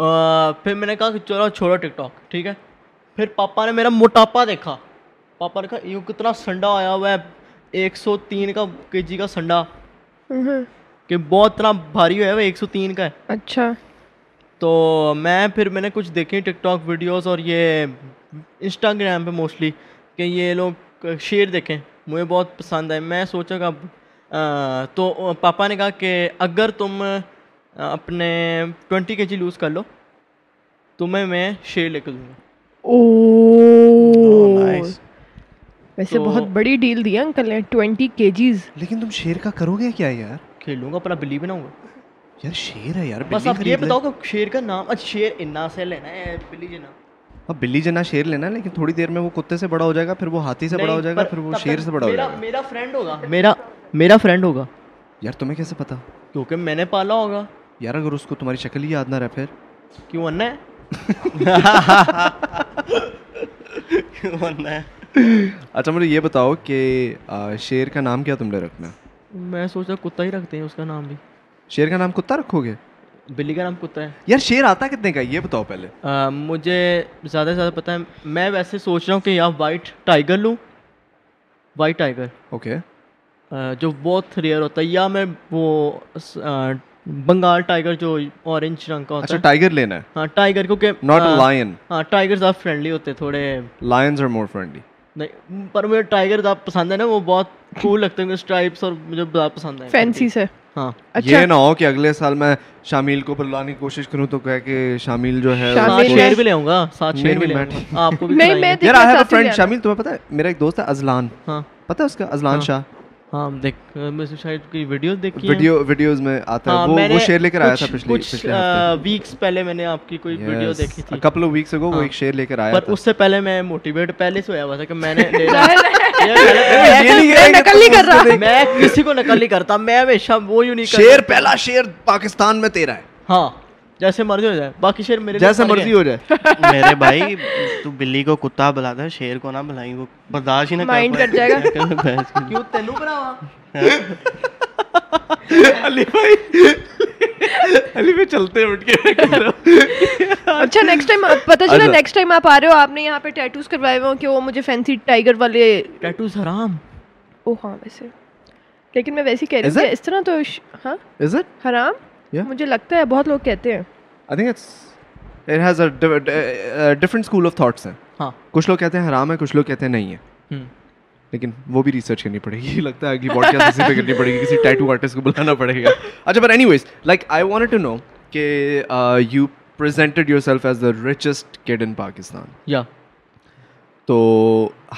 Speaker 5: آ، پھر میں نے کہا کہ چلو چھوڑو ٹک ٹاک ٹھیک ہے پھر پاپا نے میرا موٹاپا دیکھا پاپا نے کہا یوں کتنا سنڈا آیا ہوا ہے ایک سو تین کا کے جی کا سنڈا کہ بہت اتنا بھاری ہوا ہے وہ ایک سو تین کا ہے
Speaker 2: اچھا
Speaker 5: تو میں پھر میں نے کچھ دیکھی ٹک ٹاک ویڈیوز اور یہ انسٹاگرام پہ موسٹلی کہ یہ لوگ شیر دیکھیں مجھے بہت پسند آئے میں سوچا کہ اب تو پاپا نے کہا کہ اگر تم اپنے ٹوینٹی کے جی لوز کر لو تمہیں میں شیر لے کے دوں گا
Speaker 2: او
Speaker 3: nice.
Speaker 2: ویسے بہت بڑی ڈیل دی ہے انکل نے ٹوینٹی کے جیز
Speaker 1: لیکن تم شیر کا کرو گے کیا یار
Speaker 5: کھیلوں گا اپنا بلی بناؤں گا
Speaker 1: یار شیر ہے یار
Speaker 5: بس
Speaker 1: بلی
Speaker 5: آپ یہ
Speaker 1: خرید لے۔
Speaker 5: بتاؤ کہ شیر کا نام اچھا شیر انا سے لینا ہے بلی جی نام
Speaker 1: اب بلی جنا شیر لینا ہے، لیکن تھوڑی دیر میں وہ کتے سے بڑا ہو جائے گا پھر وہ ہاتھی سے بڑا ہو جائے گا پھر وہ شیر سے بڑا ہو جائے گا
Speaker 5: میرا فرینڈ ہوگا میرا میرا فرینڈ ہوگا
Speaker 1: یار تمہیں کیسے پتا
Speaker 5: کیونکہ میں نے پالا ہوگا
Speaker 1: یار اگر اس کو تمہاری شکل ہی یاد نہ رہے پھر
Speaker 5: کیوں انا ہے
Speaker 1: اچھا مجھے یہ بتاؤ کہ آ، شیر کا نام کیا تم نے رکھنا ہے؟
Speaker 5: میں سوچا کتا ہی رکھتے ہیں اس کا نام بھی
Speaker 1: شیر کا نام کتا رکھو گے
Speaker 5: بلی کا نام کتا ہے
Speaker 1: یار شیر آتا کتنے کا ہے؟ یہ بتاؤ پہلے
Speaker 5: آ، مجھے زیادہ سے زیادہ پتہ ہے میں ویسے سوچ رہا ہوں کہ یا وائٹ ٹائیگر لوں وائٹ ٹائیگر
Speaker 1: اوکے
Speaker 5: آ، جو بہت ریئر ہوتا ہے یا میں وہ س- آ، بنگال ٹائیگر جو اورنج رنگ کا ہوتا
Speaker 1: اچھا
Speaker 5: ہے
Speaker 1: ٹائیگر لینا ہے
Speaker 5: ہاں ٹائیگر کیونکہ
Speaker 1: ناٹ
Speaker 5: ہاں،
Speaker 1: لائن
Speaker 5: ہاں ٹائیگر آپ فرینڈلی ہوتے تھوڑے
Speaker 1: لائنز آر مور فرینڈلی
Speaker 5: نہیں پر مجھے ٹائیگر آپ پسند ہے نا وہ بہت کول لگتے ہیں اسٹرائپس اور مجھے بڑا پسند ہے
Speaker 2: فینسی سے
Speaker 5: ہاں
Speaker 2: اچھا۔
Speaker 1: یہ نہ ہو کہ اگلے سال میں شامیل کو بلانے کی کوشش کروں تو کہے کہ شامیل جو ہے
Speaker 2: شامیل
Speaker 5: سات
Speaker 2: ہے۔
Speaker 5: شیر بھی لے آؤں گا سات شیر بھی لے آؤں گا آپ کو بھی
Speaker 2: نہیں میں
Speaker 1: یار I have a friend Shamil تمہیں پتہ ہے میرا ایک دوست ہے ازلان
Speaker 5: ہاں
Speaker 1: پتہ ہے اس کا ازلان شاہ
Speaker 5: ہاں دیکھ میں شاید کی ویڈیوز دیکھی
Speaker 1: ویڈیو ویڈیوز میں آتا
Speaker 5: ہاں،
Speaker 1: ہے وہ وہ شیر لے کر آیا تھا پچھلے پچھلے
Speaker 5: ویکس پہلے میں نے آپ کی کوئی ویڈیو دیکھی
Speaker 1: ہفتے
Speaker 5: تھی
Speaker 1: کپل آف ویکس اگو وہ ایک شیر لے کر آیا
Speaker 5: پر
Speaker 1: تھا
Speaker 5: اس سے پہلے میں موٹیویٹ پہلے سے ہوا ہوا تھا کہ میں نے میں کسی کو نقل نہیں کرتا میں ہمیشہ وہ یوں نہیں
Speaker 1: شیر پہلا شیر پاکستان میں تیرا ہے
Speaker 5: ہاں جیسے مرضی ہو جائے باقی شیر میرے
Speaker 1: جیسا مرضی ہو جائے
Speaker 3: میرے بھائی تو بلی کو کتا بلاتا ہے شیر کو نہ بلائی وہ برداشت ہی نہ
Speaker 2: Mind کر جائے گا۔
Speaker 3: گا
Speaker 5: کیوں تینوں بناوا
Speaker 1: علی بھائی علی بھائی چلتے اٹھ کے
Speaker 2: اچھا نیکسٹ ٹائم پتہ چلا نیکسٹ ٹائم آپ آ رہے ہو آپ نے یہاں پہ ٹیٹوز کروائے ہوئے ہوں کہ وہ مجھے فینسی ٹائیگر والے
Speaker 5: ٹیٹوز حرام
Speaker 2: او ہاں ویسے لیکن میں ویسے کہہ رہی ہوں کہ اس طرح تو ہاں
Speaker 1: از اٹ
Speaker 2: حرام مجھے لگتا ہے بہت لوگ کہتے ہیں
Speaker 1: I think it's it has different school of thoughts ہیں
Speaker 5: ہاں
Speaker 1: کچھ لوگ کہتے ہیں حرام ہے کچھ لوگ کہتے ہیں نہیں ہے لیکن وہ بھی ریسرچ کرنی پڑے گی لگتا ہے اگلی پوڈ کاسٹ اسی پہ کرنی پڑے گی کسی ٹیٹو آرٹسٹ کو بلانا پڑے گا اچھا but anyways like I want to know کہ you presented yourself as the richest kid in Pakistan
Speaker 5: یا
Speaker 1: تو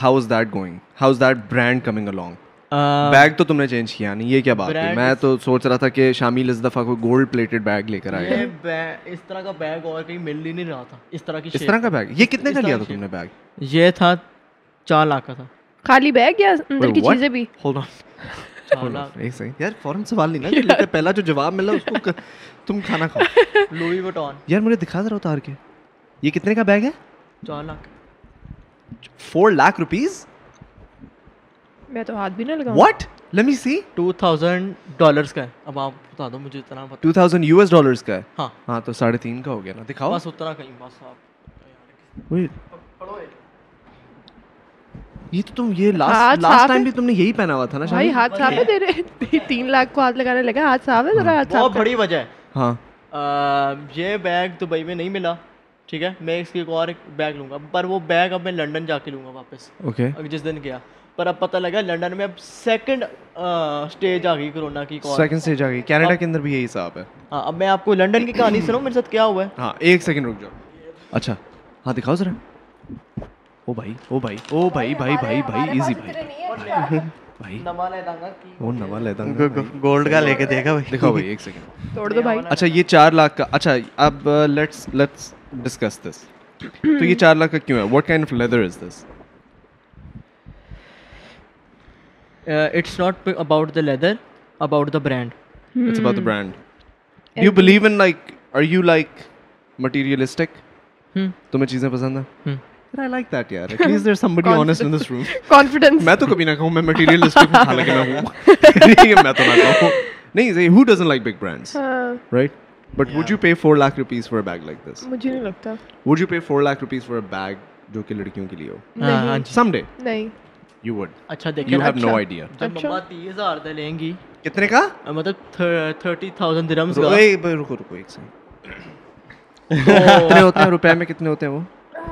Speaker 1: how is that going how is that brand coming along
Speaker 5: Uh,
Speaker 1: bag تو تم نے چینج کیا نہیں یہ کیا بات ہے میں تو سوچ رہا تھا کہ شامیل اس دفعہ کوئی گولڈ پلیٹڈ بیگ لے کر آئے
Speaker 5: اس طرح کا بیگ اور کہیں مل ہی نہیں رہا تھا اس طرح کی
Speaker 1: اس طرح کا بیگ یہ کتنے کا لیا تھا تم نے بیگ
Speaker 5: یہ تھا چار لاکھ کا تھا
Speaker 2: خالی بیگ یا اندر کی چیزیں بھی
Speaker 5: چار لاکھ
Speaker 1: ایک سیکنڈ یار فوراً سوال نہیں نا کر لیتے پہلا جو جواب ملا اس کو تم کھانا کھاؤ
Speaker 5: لوئی وٹون
Speaker 1: یار مجھے دکھا ذرا اتار کے یہ کتنے کا بیگ ہے
Speaker 5: چار لاکھ
Speaker 1: فور لاکھ روپیز
Speaker 2: میں تو ہاتھ بھی نہ لگاؤں
Speaker 1: what let me see
Speaker 5: two thousand dollars کا ہے اب آپ بتا دو مجھے اتنا پتا
Speaker 1: two thousand U S dollars کا ہے
Speaker 5: ہاں
Speaker 1: ہاں تو ساڑھے تین کا ہو گیا نا دکھاؤ
Speaker 5: بس اتنا کہیں بس آپ
Speaker 1: یہ تو تم یہ
Speaker 2: ہاں،
Speaker 1: لاسٹ
Speaker 2: صاف
Speaker 1: لاسٹ
Speaker 2: ہے۔
Speaker 1: ٹائم بھی تم نے یہی پہنا ہوا تھا نا
Speaker 2: بھائی
Speaker 1: شاید
Speaker 2: ہاتھ صاف ہے تیرے تین لاکھ کو ہاتھ لگانے لگا ہاتھ صاف ہے ذرا ہاتھ
Speaker 5: بہت
Speaker 2: صاف
Speaker 5: بڑی وجہ ہے
Speaker 1: ہاں
Speaker 5: یہ بیگ دبئی میں نہیں ملا ٹھیک ہے میں اس کی ایک اور ایک بیگ لوں گا پر وہ بیگ اب میں لنڈن جا کے لوں گا واپس
Speaker 1: اوکے
Speaker 5: اب جس دن گیا پر اب پتہ لگا لنڈن میں اب سیکنڈ اسٹیج آ گئی کورونا کی اور-
Speaker 1: سیکنڈ اسٹیج آ گئی کینیڈا کے اندر بھی یہی حساب ہے
Speaker 5: ہاں اب میں آپ کو لنڈن کی کہانی سناؤں میرے ساتھ کیا ہوا ہے
Speaker 1: ہاں ایک سیکنڈ رک جاؤ اچھا ہاں دکھاؤ ذرا او بھائی او بھائی او بھائی بھائی بھائی بھائی ایزی بھائی بھائی وہ نوا لیتا
Speaker 3: گولڈ کا لے کے دیکھا بھائی
Speaker 1: دکھاؤ بھائی ایک سیکنڈ
Speaker 2: توڑ دو بھائی
Speaker 1: اچھا یہ چار لاکھ کا اچھا اب لیٹس لیٹس ڈسکس دس تو یہ چار لاکھ کا کیوں ہے what kind of leather is this
Speaker 5: it's not about the leather about the brand
Speaker 1: it's about the brand you believe in like are you like materialistic تمہیں چیزیں پسند ہیں آئی لائک دیٹ یار at least there somebody honest in this room
Speaker 2: confidence
Speaker 1: میں تو کبھی نہ کہوں میں مٹیریلسٹک ہوں حالانکہ میں ہوں ٹھیک ہے میں تو نہ کہوں نہیں who doesn't like big brands right but would you pay four lakh rupees for a bag like this
Speaker 2: مجھے نہیں لگتا
Speaker 1: would you pay four lakh rupees for a bag جو کہ لڑکیوں کے لیے ہو
Speaker 5: ہاں
Speaker 1: سم ڈے
Speaker 2: نہیں
Speaker 1: یو وڈ
Speaker 5: اچھا
Speaker 1: یو ہیو نو
Speaker 5: دیکھیے
Speaker 1: آئیڈیا
Speaker 5: جب مما تیس ہزار دے لیں گی
Speaker 1: کتنے کا
Speaker 5: مطلب تھرٹی تھاؤزینڈ درمز کا
Speaker 1: رکو رکو ایک سیکنڈ کتنے ہوتے ہیں روپے میں کتنے ہوتے ہیں وہ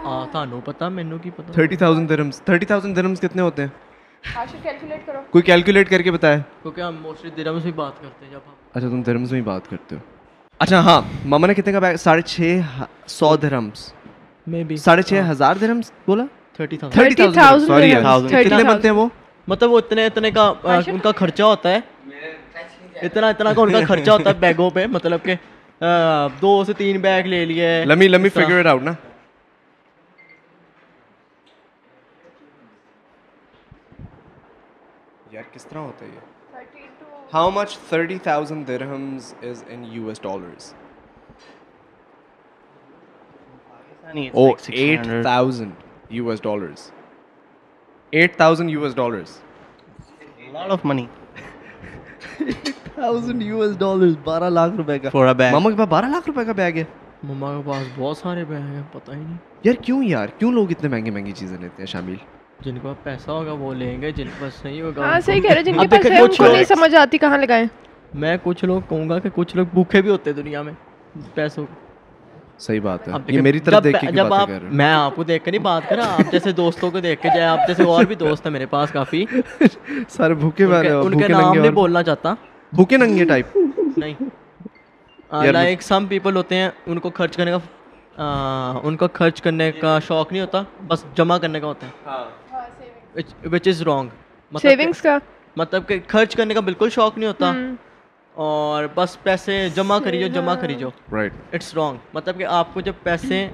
Speaker 5: ہاں تانوں پتہ مینوں کی پتہ
Speaker 1: thirty thousand dirhams thirty thousand dirhams کتنے ہوتے ہیں
Speaker 2: کیلکولیٹ کرو
Speaker 1: کوئی کیلکولیٹ کر کے بتائے
Speaker 5: کیونکہ ہم موسٹلی درمز میں بات کرتے ہیں جب ہم
Speaker 1: اچھا تم درمس میں ہی بات کرتے ہو اچھا ہاں ماما نے کتنے کا بیگ ساڑھے چھ سو درمس
Speaker 5: مے بی
Speaker 1: ساڑھے چھ ہزار درمس بولا
Speaker 5: thirty thousand
Speaker 1: thirty
Speaker 2: 30,000
Speaker 1: thousand sorry
Speaker 2: dirhams.
Speaker 1: ہاں۔ کتنے
Speaker 2: 30,000
Speaker 1: بنتے ہیں وہ
Speaker 5: مطلب وہ اتنے اتنے کا ان کا خرچہ ہوتا ہے اتنا اتنا کا ان کا خرچہ ہوتا ہے بیگوں پہ مطلب کہ دو سے تین بیگ لے لیے
Speaker 1: لمی لمی فگر اٹ آؤٹ نا یار کس طرح ہوتا ہے یہ how much thirty thousand dirhams is in U S dollars oh eight thousand U S dollars eight thousand U S dollars
Speaker 3: of money
Speaker 5: thousand U S dollar بارہ لاکھ روپے کا
Speaker 3: تھوڑا بیگ
Speaker 1: ماما کے پاس بارہ لاکھ روپے کا بیگ ہے
Speaker 5: مما کے پاس بہت سارے بیگ ہیں پتہ ہی نہیں
Speaker 1: یار کیوں یار کیوں لوگ اتنے مہنگی مہنگی چیزیں لیتے ہیں شامل
Speaker 5: جن کے پاس پیسہ ہوگا وہ لیں گے جن کے پاس نہیں ہوگا مطلب
Speaker 2: ہاں صحیح کہہ رہے جن کے پاس ہے ان کو نہیں سمجھ آتی کہاں لگائیں
Speaker 5: میں کچھ لوگ کہوں گا کہ کچھ لوگ بھوکے بھی ہوتے ہیں دنیا میں پیسوں کے۔
Speaker 1: صحیح بات ہے
Speaker 5: اب
Speaker 1: یہ
Speaker 5: دیکھیں،
Speaker 1: میری طرف
Speaker 5: جب-
Speaker 1: دیکھ کے
Speaker 5: جب
Speaker 1: بات
Speaker 5: آپ
Speaker 1: کر رہے
Speaker 5: میں آپ کو دیکھ کے نہیں بات کر رہا آپ جیسے دوستوں کو دیکھ کے جائے آپ جیسے اور بھی دوست ہیں میرے پاس کافی
Speaker 1: ہو سارے بھوکے
Speaker 5: ان کے-
Speaker 1: والے
Speaker 5: ان کے
Speaker 1: بھوکے
Speaker 5: نام
Speaker 1: ننگے
Speaker 5: نہیں
Speaker 1: اور-
Speaker 5: بولنا چاہتا
Speaker 1: بھوکے ننگے ٹائپ
Speaker 5: نہیں
Speaker 1: یار مجھ-
Speaker 5: لائک سم پیپل ہوتے ہیں ان کو خرچ کرنے کا آہ، ان کو خرچ کرنے کا شوق نہیں ہوتا بس جمع کرنے کا ہوتا ہے وچ از رانگ
Speaker 2: سیونگس کا
Speaker 5: مطلب کہ خرچ کرنے کا بالکل شوق نہیں ہوتا اور بس پیسے جمع کری جاؤ جمع کری جاؤ
Speaker 1: رائٹ
Speaker 5: اٹس رانگ مطلب کہ آپ کو جب پیسے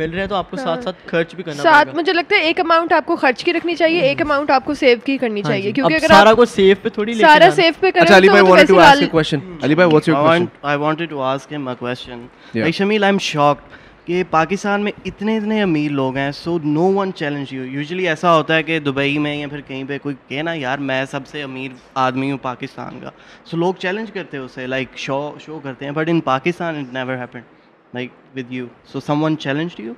Speaker 5: مل رہے ہیں تو آپ کو ساتھ ساتھ خرچ بھی کرنا
Speaker 2: ساتھ
Speaker 5: پڑے گا۔
Speaker 2: مجھے لگتا ہے ایک اماؤنٹ آپ کو خرچ کی رکھنی چاہیے ایک اماؤنٹ آپ کو سیو کی کرنی
Speaker 5: جی۔ ہاں
Speaker 2: چاہیے
Speaker 5: جی۔
Speaker 2: کیونکہ
Speaker 5: اب
Speaker 2: اگر
Speaker 5: سارا
Speaker 2: آپ
Speaker 5: کو سیو پہ تھوڑی لے
Speaker 2: سارا
Speaker 5: کے جانا۔
Speaker 2: سیو پہ کریں
Speaker 1: اچھا علی
Speaker 2: تو
Speaker 1: بھائی
Speaker 2: وہ تو
Speaker 1: وانٹ
Speaker 2: ویسے
Speaker 1: ٹو آسک
Speaker 2: حال
Speaker 1: اے کوسچن علی بھائی واٹس یور
Speaker 5: ہاں۔
Speaker 1: Question
Speaker 3: I wanted to ask him a question. Like Shamil, I'm shocked کہ پاکستان میں اتنے اتنے امیر لوگ ہیں so no one challenge you usually ایسا ہوتا ہے کہ دبئی میں یا پھر کہیں پہ کوئی کہے نا یار میں سب سے امیر آدمی ہوں پاکستان کا سو لوگ چیلنج کرتے ہیں اسے لائک شو شو کرتے ہیں but in Pakistan it never happen like with you so some one challenge you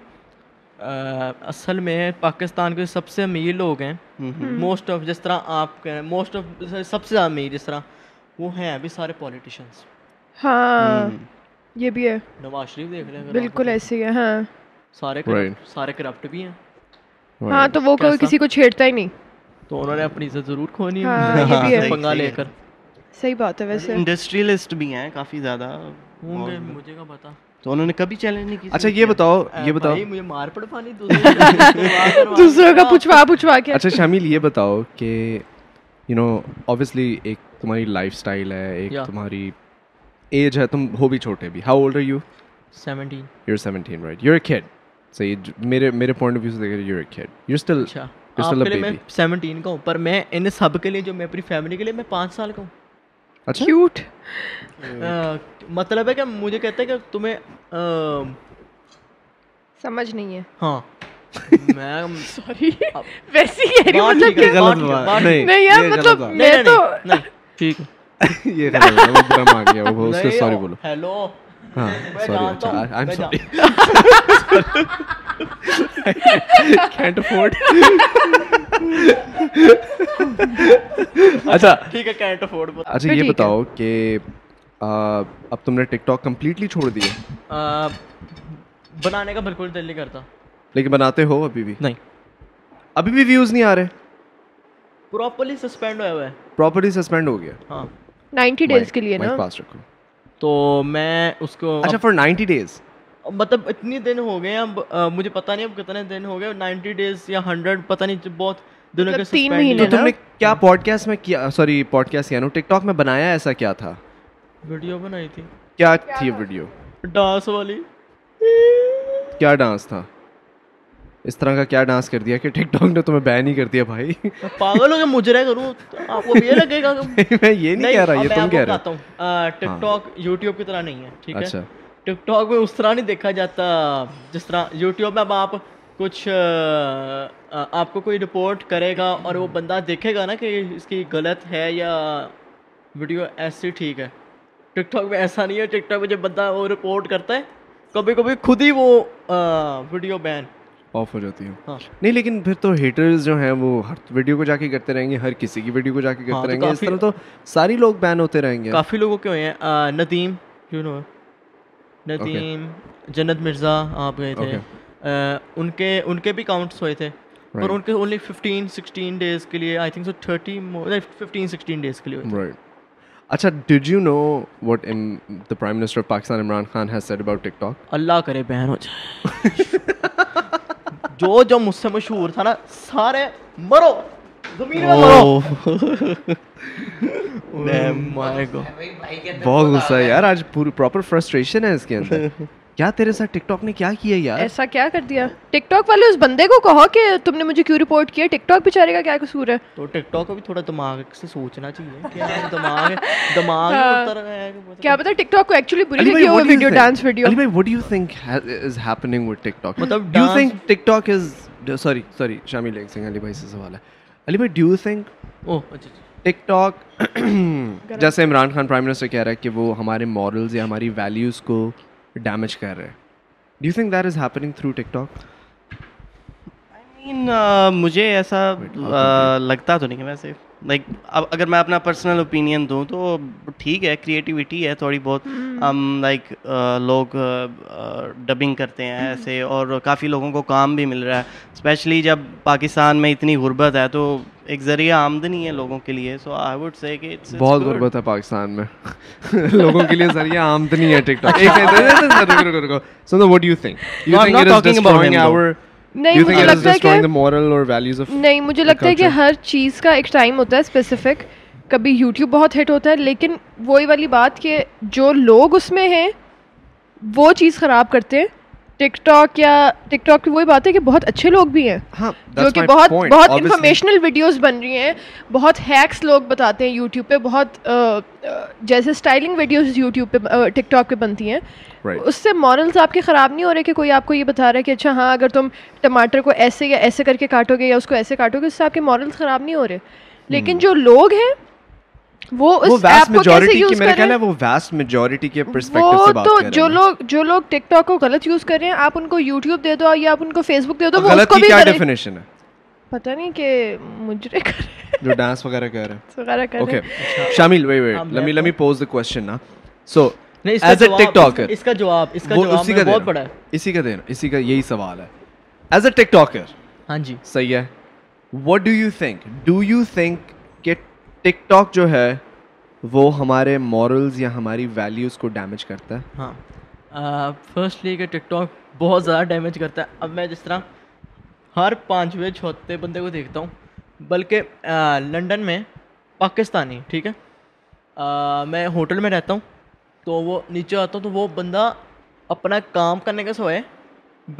Speaker 5: ah, اصل میں پاکستان کے سب سے امیر لوگ ہیں موسٹ آف جس طرح آپ کے موسٹ آف سب سے زیادہ امیر جس طرح وہ ہیں ابھی سارے پولیٹیشینس
Speaker 2: ہاں یہ بھی ہے
Speaker 5: نواز شریف دیکھ لیں اگر آپ
Speaker 2: بالکل ایسے ہی ہے ہاں
Speaker 5: سارے
Speaker 1: Right.
Speaker 5: corrupt- سارے کرپٹ بھی ہیں
Speaker 2: ہاں تو وہ کوئی کسی کو چھیڑتا ہی نہیں
Speaker 5: تو انہوں نے اپنی عزت ضرور کھونی
Speaker 2: ہاں، یہ بھی ہے۔
Speaker 5: ہے پنگا لے کر
Speaker 2: صحیح بات ہے ویسے
Speaker 3: انڈسٹریلسٹ بھی ہیں کافی زیادہ
Speaker 5: ہوں گے مجھے کا پتا
Speaker 3: تو انہوں نے کبھی چیلنج نہیں کیا
Speaker 1: اچھا یہ بتاؤ یہ بتاؤ
Speaker 5: بھائی مجھے مار پڑ پانی دوسرے
Speaker 2: دوسروں کا پوچھوا پوچھوا کے
Speaker 1: اچھا شامیل یہ بتاؤ کہ یو نو آبویسلی ایک تمہاری لائف اسٹائل ہے ایک تمہاری ایج ہے تم ہو بھی چھوٹے بھی how old are you
Speaker 5: seventeen
Speaker 1: your seventeen right your کھیڈ صحیح میرے میرے پوائنٹ آف ویو سے دیکھ رہے یور کھیڈ یور اسٹل
Speaker 5: اچھا
Speaker 1: You're
Speaker 5: آپ
Speaker 1: still a
Speaker 5: کے لیے میں
Speaker 1: baby.
Speaker 5: سیونٹین کا ہوں پر میں ان سب کے لیے جو میں اپنی فیملی کے لیے میں پانچ سال کا ہوں
Speaker 1: اچھا
Speaker 2: کیوٹ
Speaker 5: آہ، مطلب ہے کہ مجھے کہتے ہیں کہ تمہیں آہ،
Speaker 2: سمجھ نہیں ہے
Speaker 5: ہاں میں
Speaker 2: سوری ویسی کہہ رہی ہوں مطلب
Speaker 5: بات ہاں، ٹھیک ہے،
Speaker 2: کہ-
Speaker 5: بات ٹھیک ہے، بات ٹھیک ہے۔
Speaker 2: نہیں یار مطلب
Speaker 5: نہیں،
Speaker 2: میں
Speaker 5: نہیں،
Speaker 2: تو
Speaker 5: نہیں، نہیں، ٹھیک ہے
Speaker 1: یہ برا مان گیا وہ اس سے سوری بولو
Speaker 5: ہیلو
Speaker 1: ہاں سوری اچھا I M sorry Kent afford اچھا
Speaker 5: ٹھیک ہے کینٹ افورڈ
Speaker 1: اچھا یہ بتاؤ کہ اب تم نے ٹک ٹاک کمپلیٹلی چھوڑ دیا
Speaker 5: بنانے کا بالکل دل نہیں کرتا
Speaker 1: لیکن بناتے ہو ابھی بھی
Speaker 5: نہیں
Speaker 1: ابھی بھی ویوز نہیں آ رہے
Speaker 5: پراپرلی سسپینڈ ہوا ہوا ہے
Speaker 1: پراپرلی سسپینڈ ہو گیا
Speaker 5: ہاں
Speaker 2: نائنٹی ڈیز کے لیے نا
Speaker 1: پاس رکھو
Speaker 5: تو میں اس کو
Speaker 1: اچھا فار نائنٹی ڈیز
Speaker 5: مطلب اتنے دن ہو گئے ہیں اب آ، مجھے پتہ نہیں اب کتنے دن ہو گئے نائنٹی ڈیز یا ہنڈریڈ پتہ نہیں بہت دنوں
Speaker 2: مطلب
Speaker 5: کے
Speaker 2: تین
Speaker 5: suspend
Speaker 2: مہینے
Speaker 1: تو
Speaker 5: ہوئے۔
Speaker 1: تم نے کیا پوڈ کاسٹ میں کیا سوری پوڈ کاسٹ کیا ٹک ٹاک میں بنایا ایسا کیا تھا
Speaker 5: ویڈیو بنائی تھی
Speaker 1: کیا تھی ویڈیو
Speaker 5: ڈانس والی
Speaker 1: کیا ڈانس تھا اس طرح کا کیا ڈانس کر دیا کہ ٹک ٹاک نے تمہیں بین ہی کر دیا بھائی
Speaker 5: میں پاگل ہو کے مجرے کروں تو آپ کو بھی یہ لگے گا کہ-
Speaker 1: میں یہ نہیں کہہ رہا یہ تم کہہ رہے ہاں۔
Speaker 5: ہوں ٹک ٹاک یوٹیوب کی طرح نہیں ہے ٹھیک
Speaker 1: اچھا
Speaker 5: ہے ٹک ٹاک میں اس طرح نہیں دیکھا جاتا جس طرح یوٹیوب میں اب آپ کچھ آپ کو کوئی رپورٹ کرے گا اور وہ بندہ دیکھے گا نا کہ اس کی غلط ہے یا ویڈیو ایسی ٹھیک ہے ٹک ٹاک میں ایسا نہیں ہے ٹک ٹاک میں جب بندہ وہ رپورٹ کرتا ہے کبھی کبھی خود ہی وہ ویڈیو بین
Speaker 1: آف ہو جاتی ہوں
Speaker 5: ہاں۔
Speaker 1: نہیں لیکن پھر تو ہیٹرز جو ہیں وہ ہر ویڈیو کو جا کے کرتے رہیں گے ہر کسی کی ویڈیو کو جا کے کرتے رہیں گے اس طرح ہاں، تو ساری لوگ بین ہوتے رہیں گے
Speaker 5: کافی لوگوں کے ہوئے ہیں ندیم یو نو ندیم جنت مرزا آپ گئے تھے ان کے ان کے بھی کاؤنٹس ہوئے تھے پر ان کے اونلی ففٹین سکسٹین ڈیز کے لیے I think so thirty fifteen sixteen days کے لیے ہوئے تھے۔
Speaker 1: رائٹ اچھا did you know what the prime minister of Pakistan Imran Khan has said about TikTok
Speaker 5: اللہ کرے بہن ہو جائے جو جو مجھ سے مشہور تھا نا سارے مرو زمین میں مرو Oh مائے گاڈ
Speaker 1: بہت غصہ ہے یار آج پوری پراپر فرسٹریشن ہے اس کے اندر کیا تیرے ساتھ ٹک ٹاک نے کیا کیا یار
Speaker 2: ایسا کیا کر دیا ٹک ٹاک والے اس بندے کو کہو کہ تم نے مجھے کیوں رپورٹ کیا ٹک ٹاک بیچارے کا کیا قصور ہے
Speaker 5: تو ٹک ٹاک کو بھی تھوڑا دماغ سے سوچنا چاہیے کہ دماغ دماغ میں اتر رہا ہے کہ
Speaker 2: کیا پتا ٹک ٹاک کو ایکچولی بری لگی ہو ویڈیو ڈانس ویڈیو
Speaker 1: علی بھائی what do you think ha- is happening with TikTok?
Speaker 5: مطلب
Speaker 1: Do you
Speaker 5: dance-
Speaker 1: think TikTok is... Sorry, sorry, Shamil ایک سنگھ علی بھائی سے سوال ہے علی بھائی do you think
Speaker 5: اوہ اچھا اچھا
Speaker 1: ٹک ٹاک جیسے عمران خان پرائم منسٹر کہہ رہا ہے کہ وہ ہمارے مورلز یا ہماری ویلیوز کو ڈیمیج کر رہے ہیں do you think that is happening through TikTok
Speaker 3: I mean, uh, مجھے ایسا uh, لگتا تو نہیں ہے ویسے لائک اب اگر میں اپنا پرسنل اوپینین دوں تو ٹھیک ہے کریٹیوٹی ہے تھوڑی بہت ہم لائک لوگ ڈبنگ کرتے ہیں ایسے اور کافی لوگوں کو کام بھی مل رہا ہے اسپیشلی جب پاکستان میں اتنی غربت ہے تو ایک ذریعہ آمدنی ہے لوگوں کے لیے سو آئی وڈ سے کہ
Speaker 1: بہت غربت ہے پاکستان میں لوگوں کے لیے ذریعہ آمدنی ہے ٹک ٹاک
Speaker 2: نہیں مجھے لگتا ہے کہ نہیں مجھے لگتا ہے کہ ہر چیز کا ایک ٹائم ہوتا ہے اسپیسیفک کبھی یوٹیوب بہت ہٹ ہوتا ہے لیکن وہی والی بات کہ جو لوگ اس میں ہیں وہ چیز خراب کرتے ہیں ٹک ٹاک یا ٹک ٹاک کی وہی بات ہے کہ بہت اچھے لوگ بھی ہیں ہاں، جو کہ بہت بہت انفارمیشنل ویڈیوز بن رہی ہیں بہت ہیکس لوگ بتاتے ہیں یوٹیوب پہ بہت جیسے اسٹائلنگ ویڈیوز یوٹیوب پہ ٹک ٹاک پہ بنتی ہیں اس سے مورلز آپ کے خراب نہیں ہو رہے کہ کوئی آپ کو یہ بتا رہا ہے کہ اچھا ہاں اگر تم ٹماٹر کو ایسے یا ایسے کر کے کاٹو گے یا اس کو ایسے کاٹو گے اس سے آپ کے مورلز خراب نہیں ہو رہے لیکن جو لوگ ہیں Hmm. وہ اس ایپ کو کیسے یوز کر رہے ہیں وہ تو جو لوگ جو لوگ ٹک ٹاک کو غلط یوز کر رہے ہیں آپ ان کو یوٹیوب دے دو یا آپ ان کو فیس بک دے دو وہ اس کو بھی پتہ نہیں کہ مجرے وغیرہ کر
Speaker 5: نہیں اس کا جواب اس کا جواب بہت بڑا ہے
Speaker 1: اسی کا دینا اسی کا یہی سوال ہے ایز اے ٹک ٹاکر
Speaker 5: ہاں جی
Speaker 1: صحیح ہے what do you think do you think کہ ٹک ٹاک جو ہے وہ ہمارے مورلز یا ہماری ویلیوز کو ڈیمیج کرتا ہے
Speaker 5: ہاں فرسٹلی کہ ٹک ٹاک بہت زیادہ ڈیمیج کرتا ہے اب میں جس طرح ہر پانچویں چھوتے بندے کو دیکھتا ہوں بلکہ لنڈن میں پاکستانی ٹھیک ہے میں ہوٹل میں رہتا ہوں تو وہ نیچے آتا ہوں تو وہ بندہ اپنا کام کرنے کے سوائے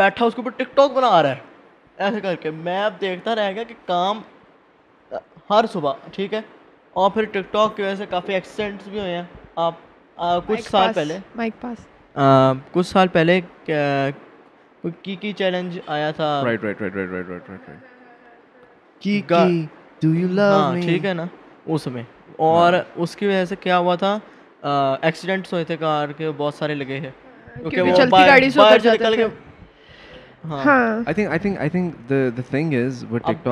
Speaker 5: بیٹھا اس کے اوپر ٹک ٹاک بنا رہا ہے ایسے کر کے میں اب دیکھتا رہ گیا کہ کام ہر صبح ٹھیک ہے اور پھر ٹک ٹاک کی وجہ سے کافی ایکسیڈنٹس بھی ہوئے ہیں آپ کچھ سال پہلے
Speaker 2: مائک پاس
Speaker 5: کچھ سال پہلے کی کی چیلنج آیا تھا ہاں، ٹھیک ہے نا اس میں اور اس کی وجہ سے کیا ہوا تھا ایکسیڈنٹس ہوئے تھے کار کے بہت سارے لگے ہیں ہاں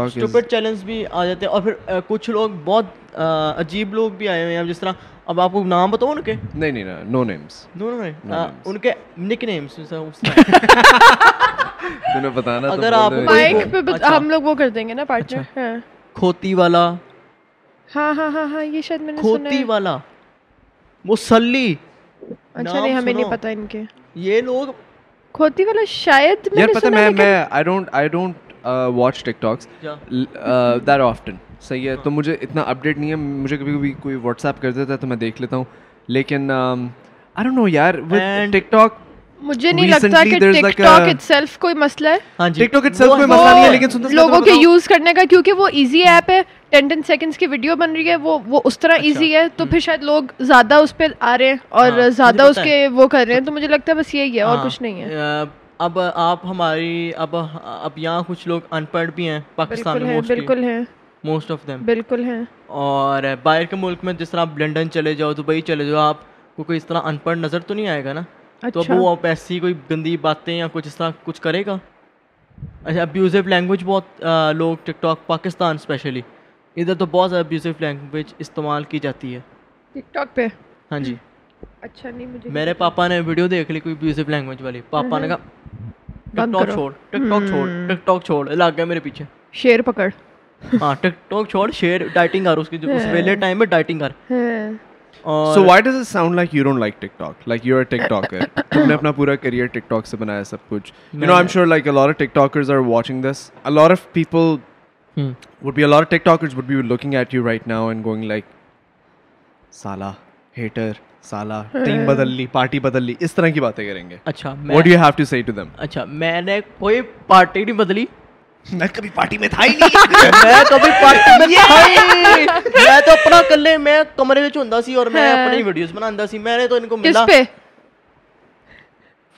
Speaker 5: اسٹوپڈ چیلنج بھی آ جاتے ہیں اور پھر کچھ لوگ بہت عجیب لوگ بھی آئے ہوئے ہیں جس طرح اب آپ کو نام بتاؤ ان کے ان کے نک نیمس اگر آپ
Speaker 2: مائک پہ
Speaker 1: اچھا۔
Speaker 2: ہم لوگ وہ کر دیں گے نا پارٹنر
Speaker 5: کھوتی والا
Speaker 2: ہاں ہاں ہاں ہاں یہ شاید میں نے سنا
Speaker 5: کھوتی والا مسلی
Speaker 2: اچھا نہیں ہمیں نہیں پتا ان کے
Speaker 5: یہ لوگ
Speaker 2: کھوتی والا شاید میں
Speaker 1: یار
Speaker 2: نے
Speaker 1: پتہ
Speaker 2: سنا
Speaker 1: میں
Speaker 2: لیکن-
Speaker 1: میں I don't I don't watch TikToks that often صحیح ہے تو مجھے اتنا اپڈیٹ نہیں ہے مجھے کبھی کبھی کوئی واٹس ایپ کر دیتا ہے تو میں دیکھ لیتا ہوں لیکن آئی ڈونٹ نو یار ٹک ٹاک
Speaker 2: مجھے نہیں لگتا کہ
Speaker 1: Recently there's
Speaker 2: tik
Speaker 1: like
Speaker 2: tok
Speaker 1: a-
Speaker 2: itself کوئی مسئلہ ہے
Speaker 5: ہاں جی
Speaker 1: ٹک ٹاک اٹ سیلف کوئی
Speaker 2: وہ
Speaker 1: مسئلہ نہیں ہے لیکن سنتے سنتے
Speaker 2: لوگوں
Speaker 1: میں
Speaker 2: کے
Speaker 1: بتاؤں-
Speaker 2: یوز کرنے کا کیونکہ وہ ایزی ایپ ہے ٹین ٹین سیکنڈس کی ویڈیو بن رہی ہے وہ وہ اس طرح
Speaker 1: اچھا۔
Speaker 2: ایزی ہے تو پھر شاید لوگ زیادہ اس پہ آ رہے ہیں
Speaker 1: ہاں،
Speaker 2: اور زیادہ اس کے وہ کر رہے ہیں تو مجھے لگتا ہے بس یہی ہے اور کچھ نہیں ہے
Speaker 5: ہاں، اب آپ ہماری اب اب یہاں کچھ لوگ ان پڑھ بھی ہیں پاکستان
Speaker 2: بالکل ہے
Speaker 5: میں
Speaker 2: بالکل ہے
Speaker 5: موسٹ آف دیم
Speaker 2: بالکل ہے
Speaker 5: اور باہر کے ملک میں جس طرح آپ لنڈن چلے جاؤ دبئی چلے جاؤ آپ کو کوئی اس طرح ان پڑھ نظر تو نہیں آئے گا نا تو
Speaker 2: اچھا۔
Speaker 5: اب وہ آپ ایسی کوئی گندی باتیں یا کچھ اس طرح کچھ کرے گا اچھا ابیوزو لینگویج بہت لوگ ٹک ٹاک پاکستان اسپیشلی ادھر تو بہت زیادہ ابیوزو لینگویج استعمال کی جاتی ہے
Speaker 2: ٹک ٹاک پہ
Speaker 5: ہاں جی
Speaker 2: اچھا نہیں مجھے
Speaker 5: میرے پاپا نے ویڈیو دیکھ لی کوئی ابیوزو لینگویج والی پاپا نے کہا ٹک ٹاک چھوڑ ٹک ٹاک چھوڑ
Speaker 2: Hmm.
Speaker 5: ٹک ٹاک چھوڑ لگ گیا میرے پیچھے
Speaker 2: شیر پکڑ
Speaker 5: ہاں ٹک ٹاک چھوڑ شیئر ڈائٹنگ کر اس کی اس ویلے ٹائم میں ڈائٹنگ کر
Speaker 2: ہاں۔
Speaker 5: اور
Speaker 1: So why does it sound like you don't like TikTok? Like you're a TikToker. تم نے اپنا پورا کیریئر ٹک ٹاک سے بنایا سب کچھ you know I am sure like a lot of TikTokers are watching this a lot of people would be a lot TikTokers would be looking at you right now and going like سالا hater سالا team بدل لی party بدل لی اس طرح کی باتیں کریں گے
Speaker 5: اچھا میں
Speaker 1: what you have to say to them
Speaker 5: اچھا میں نے کوئی پارٹی نہیں بدلی
Speaker 1: میں کبھی پارٹی میں تھا ہی نہیں
Speaker 5: میں کبھی پارٹی میں میں تو اپنا کلے میں کمرے وچ ہوندا سی اور میں اپنی ویڈیوز بناندا سی میں نے تو ان کو
Speaker 2: کس
Speaker 5: ملا
Speaker 2: پہ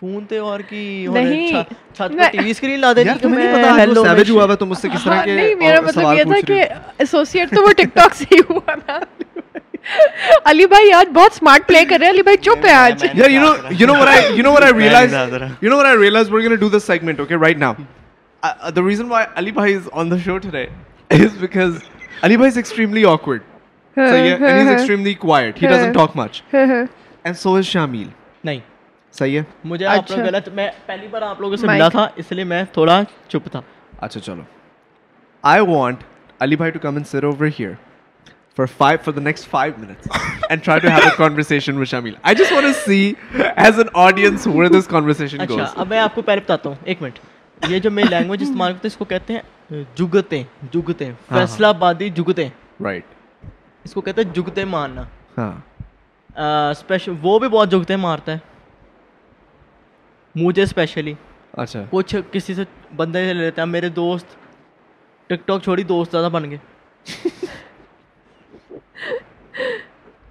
Speaker 5: فون تے اور کی
Speaker 2: نہیں،
Speaker 5: چھت پہ
Speaker 2: میں-
Speaker 5: ٹی وی اسکرین لا دینی
Speaker 1: یار
Speaker 5: کہ
Speaker 1: تمہیں
Speaker 5: میں
Speaker 1: نہیں پتا آج
Speaker 5: hello
Speaker 1: سیویج
Speaker 5: میں-
Speaker 1: ہوا ہوا تم اس سے کس طرح کے
Speaker 2: نہیں میرا مطلب یہ تھا کہ ایسوسیٹ تو وہ ٹک ٹاک سے ہی ہوا نا علی بھائی آج بہت اسمارٹ پلے کر رہے ہیں علی بھائی چپ ہے آج
Speaker 1: Yeah, you know, you know what I, you know what I realized.
Speaker 3: Narazara.
Speaker 1: You know what I realized. We're gonna do this segment, okay, right now. uh, the reason why Ali Bhai is on the show today is because Ali Bhai is extremely awkward. so yeah, and he's extremely quiet. He doesn't talk much. And so is Shamil.
Speaker 5: نہیں
Speaker 1: صحیح ہے
Speaker 5: مجھے آپ
Speaker 2: اچھا۔
Speaker 5: لوگ غلط میں پہلی بار آپ لوگوں سے ملا تھا اس لیے میں تھوڑا چپ تھا
Speaker 1: اچھا چلو آئی وانٹ علی بھائی to come and sit over here for five for the next five minutes and try to have a conversation with Shamil I just want to see as an audience where this conversation
Speaker 5: اچھا
Speaker 1: goes
Speaker 5: اب میں آپ کو پہلے بتاتا ہوں ایک minute یہ جو میں لینگویج استعمال کرتے ہیں اس کو کہتے ہیں جگتے جگتے فیصلہ بادی جگتے
Speaker 1: رائٹ
Speaker 5: اس کو کہتے ہیں جگتے مارنا
Speaker 1: ہاں
Speaker 5: اسپیشل وہ بھی بہت جگتے مارتا ہے مجھے اسپیشلی
Speaker 1: اچھا
Speaker 5: کچھ کسی سے بندے سے لے لیتے ہیں میرے دوست ٹک ٹاک چھوڑی دوست زیادہ بن گئے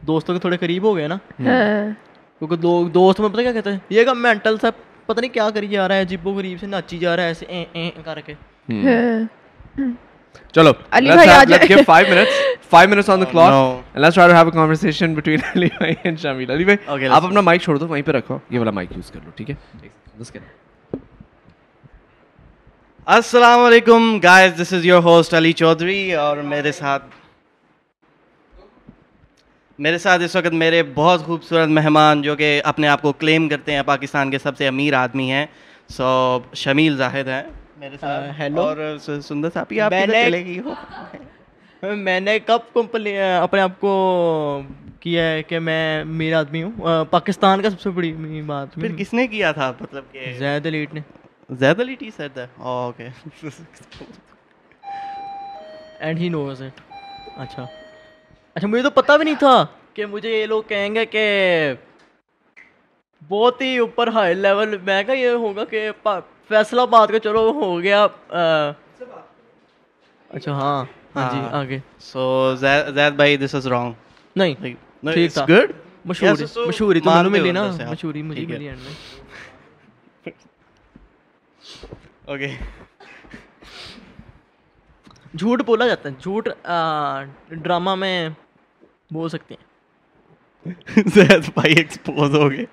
Speaker 5: دوستوں کے تھوڑے قریب ہو گئے نا
Speaker 1: Hmm.
Speaker 5: کیونکہ لوگ دوست میں پتہ کیا کہتے ہیں یہ کا مینٹل سا پتہ نہیں کیا کری جا رہا ہے عجیب و غریب سے ناچی جا رہا ہے ایسے ایں ایں کر کے
Speaker 1: Hmm. چلو
Speaker 2: Ali bhai aa jaye.
Speaker 1: Five minutes five minutes
Speaker 3: Oh,
Speaker 1: on the clock let's try to have a conversation between Ali بھائی اینڈ شامل علی بھائی
Speaker 3: Okay,
Speaker 1: آپ
Speaker 3: let's-
Speaker 1: اپنا مائک چھوڑ دو وہیں پہ رکھو یہ والا مائک یوز کر لو ٹھیک ہے Just kidding.
Speaker 3: السلام علیکم guys this is your host Ali Chaudhry اور میرے ساتھ میرے ساتھ اس وقت میرے بہت خوبصورت مہمان جو کہ اپنے آپ کو کلیم کرتے ہیں پاکستان کے سب سے امیر آدمی ہیں سو شمیل زاہد ہیں میرے ساتھ
Speaker 5: hello.
Speaker 3: اور س- سندر صاحب یہ آپ
Speaker 5: میں
Speaker 3: کدھر
Speaker 5: نے-
Speaker 3: چلے گئی ہو
Speaker 5: میں نے کب کمپنی اپنے آپ کو کیا ہے کہ میں میرا آدمی ہوں پاکستان کا سب سے بڑی امیر آدمی
Speaker 3: پھر کس نے کیا تھا مطلب کہ
Speaker 5: زید علیٹ نے
Speaker 3: Zaid Ali T sir Oh, okay
Speaker 5: and he knows it اچھا اچھا مجھے تو پتہ بھی نہیں تھا کہ مجھے یہ لوگ کہیں گے کہ بہت ہی اوپر ہائی لیول میں کہا یہ ہوگا کہ پا- فیصلہ بات کا چلو ہو گیا آ، اچھا ہاں ہاں جی
Speaker 3: ہاں۔
Speaker 5: آگے
Speaker 3: سو زید بھائی دس از رانگ
Speaker 5: نہیں ٹھیک تھا
Speaker 3: گڈ
Speaker 5: مشہوری مشہوری تو معلوم ملی نا مشہوری مجھے ملی
Speaker 3: اوکے
Speaker 5: اینڈ میں جھوٹ بولا جاتا ہے جھوٹ ڈرامہ میں بول سکتے ہیں
Speaker 3: زید بھائی ایکسپوز ہو گئے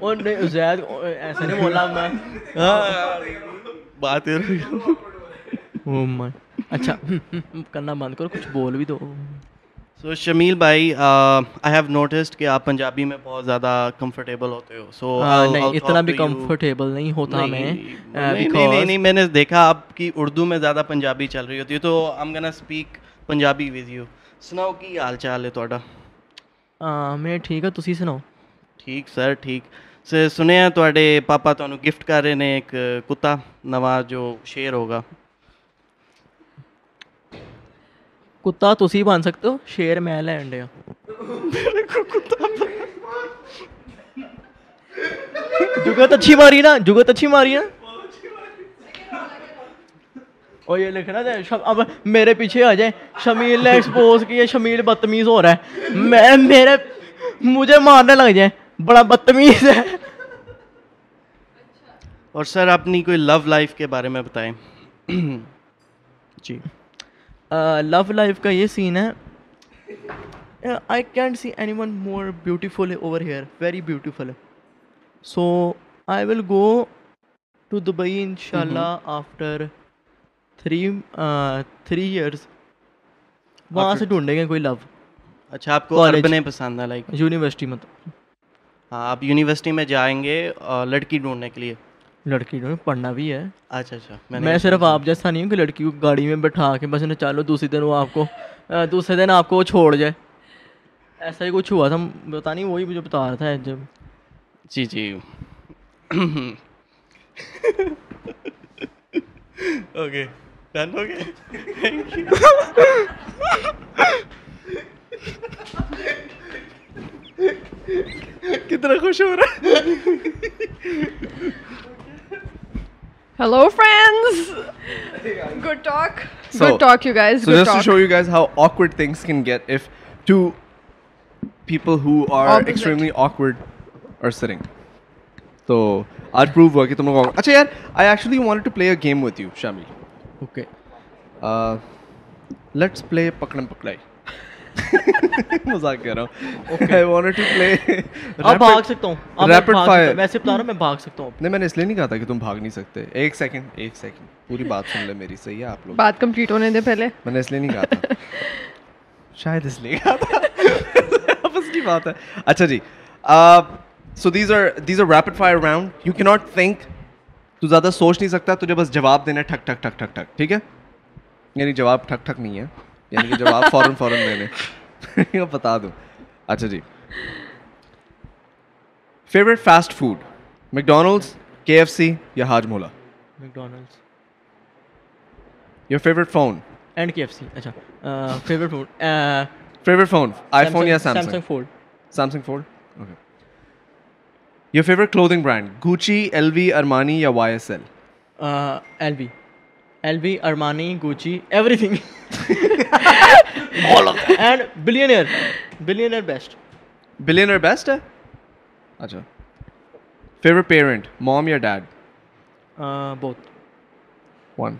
Speaker 5: اور نہیں زید ایسا نہیں بولا میں
Speaker 3: ہاں۔ بات
Speaker 5: اچھا کرنا بند کرو کچھ بول بھی دو
Speaker 3: سو شمیل بھائی آئی ہیو نوٹسڈ کہ آپ پنجابی میں بہت زیادہ کمفرٹیبل ہوتے ہو سو
Speaker 5: Ah, ہاں، نہیں اتنا بھی کمفرٹیبل نہیں ہوتا میں
Speaker 3: نہیں میں نے دیکھا آپ کی اردو میں زیادہ پنجابی چل رہی ہوتی ہے تو I gonna speak Punjabi with you سناؤ کی حال چال ہے تھوڑا
Speaker 5: میں ٹھیک ہے تسی سناؤ
Speaker 3: ਠੀਕ ਸਰ ਠੀਕ ਸਰ ਸੁਣਿਆ ਤੁਹਾਡੇ ਪਾਪਾ ਤੁਹਾਨੂੰ ਗਿਫਟ ਕਰ ਰਹੇ ਨੇ ਇੱਕ ਕੁੱਤਾ ਨਵਾਂ ਜੋ ਸ਼ੇਰ ਹੋਗਾ
Speaker 5: کتا تسی بن سکتے ہو شیر میں لے انڈے جگت اچھی ماری نا جگت اچھی ماری نا اور یہ لکھنا تھا شم- اب میرے پیچھے آ جائیں شمیل نے ایکسپوز کیا شمیل بدتمیز ہو رہا ہے میں میرے مجھے مارنے لگ جائیں بڑا بدتمیز ہے
Speaker 3: ਔਰ ਸਰ ਆਪਣੀ ਕੋਈ ਲਵ ਲਾਈਫ ਕੇ ਬਾਰੇ ਮੈਂ ਬਤਾਏ ਜੀ
Speaker 5: لو لائف کا یہ سین ہے I can't see any one more beautiful over here very beautiful so I will go to Dubai ان شاء اللہ آفٹر تھری تھری ایئرس وہاں سے ڈھونڈیں گے کوئی لو
Speaker 3: ਅੱਛਾ ਆਪਕੋ
Speaker 5: College.
Speaker 3: ਅਰਬਨੇ پسند ہے ਲਾਈਕ
Speaker 5: یونیورسٹی مطلب
Speaker 3: ہاں آپ یونیورسٹی میں جائیں گے لڑکی ڈھونڈنے کے لیے
Speaker 5: لڑکی ڈھونڈ پڑھنا بھی ہے
Speaker 3: اچھا اچھا
Speaker 5: میں صرف آپ جیسا نہیں ہوں کہ لڑکی کو گاڑی میں بٹھا کے بس انہیں چالو دوسرے دن وہ آپ کو دوسرے دن آپ کو وہ چھوڑ جائے ایسا ہی کچھ ہوا تھا پتا نہیں وہی مجھے بتا رہا تھا جب
Speaker 3: جی جی اوکے ڈن ہو گیا
Speaker 1: کتنا خوش ہو رہا ہے
Speaker 2: Hello, friends. Good talk. Good talk, you guys.
Speaker 1: So
Speaker 2: Good
Speaker 1: just to show
Speaker 2: talk.
Speaker 1: you guys how awkward things can get if two people who are
Speaker 2: Opposite.
Speaker 1: extremely awkward are sitting. So I'll prove work. تم لوگ awkward- اچھا یار I actually wanted to play a game with you, Shamil.
Speaker 5: Okay
Speaker 1: Uh, let's play پکڑم پکڑائی. مذاق کر رہا ہوں آئی وانٹ ٹو پلے
Speaker 5: اب بھاگ سکتا ہوں اب میں
Speaker 1: Rapid
Speaker 5: بھاگ سکتا-
Speaker 1: fire.
Speaker 5: ویسے بتا رہا ہوں میں بھاگ سکتا ہوں
Speaker 1: نہیں میں نے اس لیے نہیں کہا تھا کہ تم بھاگ نہیں سکتے ایک سیکنڈ ایک سیکنڈ پوری بات سن لے میری صحیح ہے آپ لوگ
Speaker 2: بات کمپلیٹ ہونے دے پہلے
Speaker 1: میں نے اس لیے نہیں کہا تھا شاید اس لیے کہا تھا آپس کی بات ہے اچھا جی so these are these are rapid fire round you کی ناٹ تھنک تو زیادہ سوچ نہیں سکتا تجھے بس جواب دینا ہے ٹھک ٹھک ٹھک ٹھک ٹھک ٹھیک ہے یعنی جواب ٹھک ٹھک نہیں ہے یعنی کہ جواب فوراً فوراً دینے میں بتا دوں اچھا جی فیوریٹ فاسٹ فوڈ میکڈونلڈس کے ایف سی یا حاج مولا
Speaker 5: McDonald's
Speaker 1: your favourite phone
Speaker 5: and کے ایف سی اچھا favourite food
Speaker 1: favourite phone iPhone یا Samsung
Speaker 5: Samsung fold
Speaker 1: Samsung fold okay your favourite clothing brand Gucci L V Armani یا Y S L
Speaker 5: L B L B Armani Gucci everything and billionaire billionaire best
Speaker 1: billionaire best ہے اچھا favourite parent mom یا dad
Speaker 5: بہت
Speaker 1: ون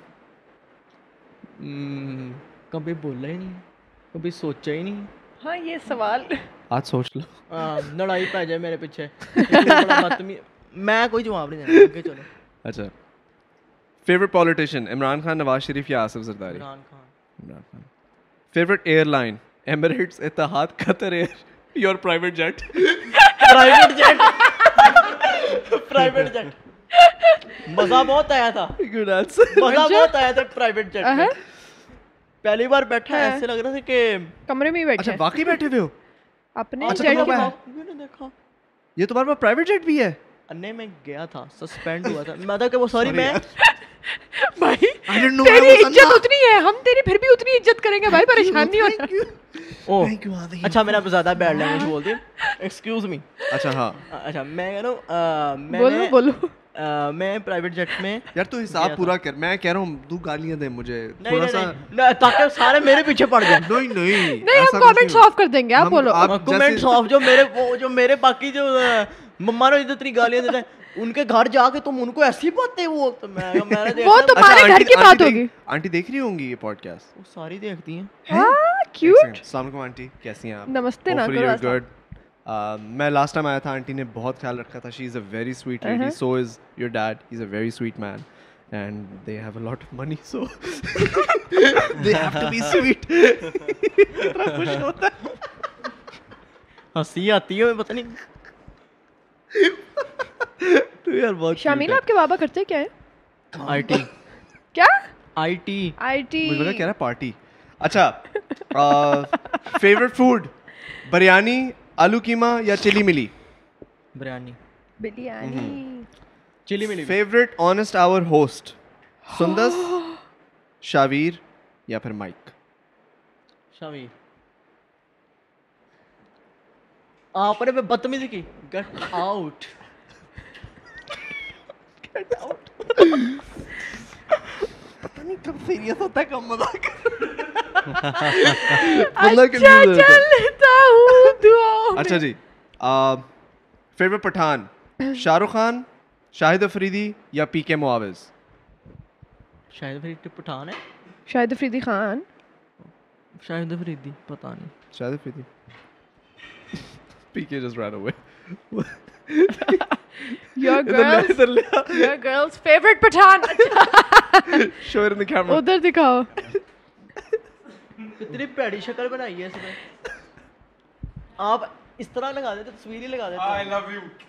Speaker 5: کبھی بولا ہی نہیں کبھی سوچا ہی نہیں
Speaker 2: ہاں یہ سوال
Speaker 1: آج سوچ لو
Speaker 5: آہ، لڑائی پہ جائے میرے پیچھے بڑا بدتمیز- میں کوئی جواب نہیں دینا آگے چلو
Speaker 1: اچھا فیوریٹ پالیٹیشین عمران خان نواز شریف یا Asif Zardari
Speaker 5: Imran Khan
Speaker 1: Imran Khan favourite airline Emirates Etihad Qatar air your private jet
Speaker 5: private jet private jet مزہ بہت آیا تھا
Speaker 1: گڈ آنسر
Speaker 5: مزہ بہت آیا تھا پرائیویٹ جیٹ میں پہلی بار بیٹھا ایسے لگ رہا تھا کہ
Speaker 2: کمرے میں ہی بیٹھے
Speaker 1: اچھا واقعی بیٹھے ہوئے ہو
Speaker 2: اپنے
Speaker 1: اچھا،
Speaker 2: jet
Speaker 1: تم
Speaker 2: کے
Speaker 1: اب-
Speaker 2: باہر۔
Speaker 5: میں نے دیکھا
Speaker 1: یہ تمہارے پاس پرائیویٹ جیٹ بھی ہے
Speaker 5: انے میں گیا تھا سسپینڈ ہوا تھا میں تھا کہ وہ سوری میں
Speaker 2: بھائی
Speaker 1: I didn't know I
Speaker 2: تیری
Speaker 1: was on
Speaker 2: عزت
Speaker 1: that.
Speaker 2: اتنی ہے ہم تیری پھر بھی اتنی عزت کریں گے بھائی پریشان نہیں ہونا
Speaker 5: او
Speaker 1: you.
Speaker 5: اچھا میں نے اب زیادہ بیڈ لینگویج بول دی ایکسکیوز می
Speaker 1: اچھا ہاں
Speaker 5: اچھا میں کہہ رہا ہوں میں
Speaker 2: بولو
Speaker 5: نے
Speaker 2: بولو
Speaker 5: میں پرائیویٹ جیٹ میں
Speaker 1: یار تو حساب پورا کر میں کہہ رہا ہوں دو گالیاں دے مجھے تھوڑا سا
Speaker 5: نہیں تاکہ سارے میرے پیچھے پڑ جائیں
Speaker 1: نہیں نہیں
Speaker 2: نہیں ہم کامنٹس آف کر دیں گے آپ بولو
Speaker 5: کمنٹس آف جو میرے وہ جو میرے باقی جو مما نے اتنی گالیاں دیتے ہیں ان کے گھر جا کے تم ان کو ایسی باتیں وہ تو میں میں نے
Speaker 2: وہ
Speaker 5: دیکھا
Speaker 2: تمہارے گھر کی بات ہوگی
Speaker 1: اچھا، آنٹی دیکھ رہی ہوں گی یہ پوڈ کاسٹ
Speaker 5: وہ ساری دیکھتی ہیں
Speaker 2: ہاں کیوٹ
Speaker 1: السلام علیکم آنٹی کیسی ہیں آپ
Speaker 2: نمستے نہ کرو ایسا۔
Speaker 1: گڈ میں لاسٹ ٹائم آیا تھا آنٹی نے بہت خیال رکھا تھا she is a very sweet lady
Speaker 2: Uh-huh.
Speaker 1: So is your dad is a very sweet man and they have a lot of money so they have to be sweet خوش ہوتا ہے
Speaker 5: ہنسی آتی ہے پتہ نہیں
Speaker 1: تو یار بہت
Speaker 2: شامیل آپ کے بابا کرتے کیا ہے
Speaker 5: آئی ٹی
Speaker 2: کیا
Speaker 5: آئی ٹی
Speaker 2: آئی ٹی
Speaker 1: مجھے لگا کہہ رہا پارٹی اچھا فیوریٹ فوڈ بریانی آلو کیما یا چلی ملی
Speaker 5: بریانی
Speaker 2: بریانی
Speaker 5: چلی ملی
Speaker 1: favourite honest our host Sundus Shavir یا پھر مائک
Speaker 5: شامی آپ نے میں بدتمیزی کی گٹ آؤٹ
Speaker 2: اچھا چل لیتا ہوں دعاؤں
Speaker 1: اچھا جی فیوریٹ پٹھان شاہ رخ خان شاہد افریدی یا پی کے معاوض
Speaker 5: شاہد فریدی پٹھان ہے
Speaker 2: شاہد افریدی خان
Speaker 5: شاہد فریدی پتہ نہیں
Speaker 1: شاہد افریدی پی K just right away
Speaker 2: your girls your girls favourite Pathan
Speaker 1: sure in the camera
Speaker 2: ادھر دکھاؤ
Speaker 5: کتنی پیڑی شکل بنائی ہے اس نے آپ اس طرح لگا دیتے تصویر ہی لگا دیتے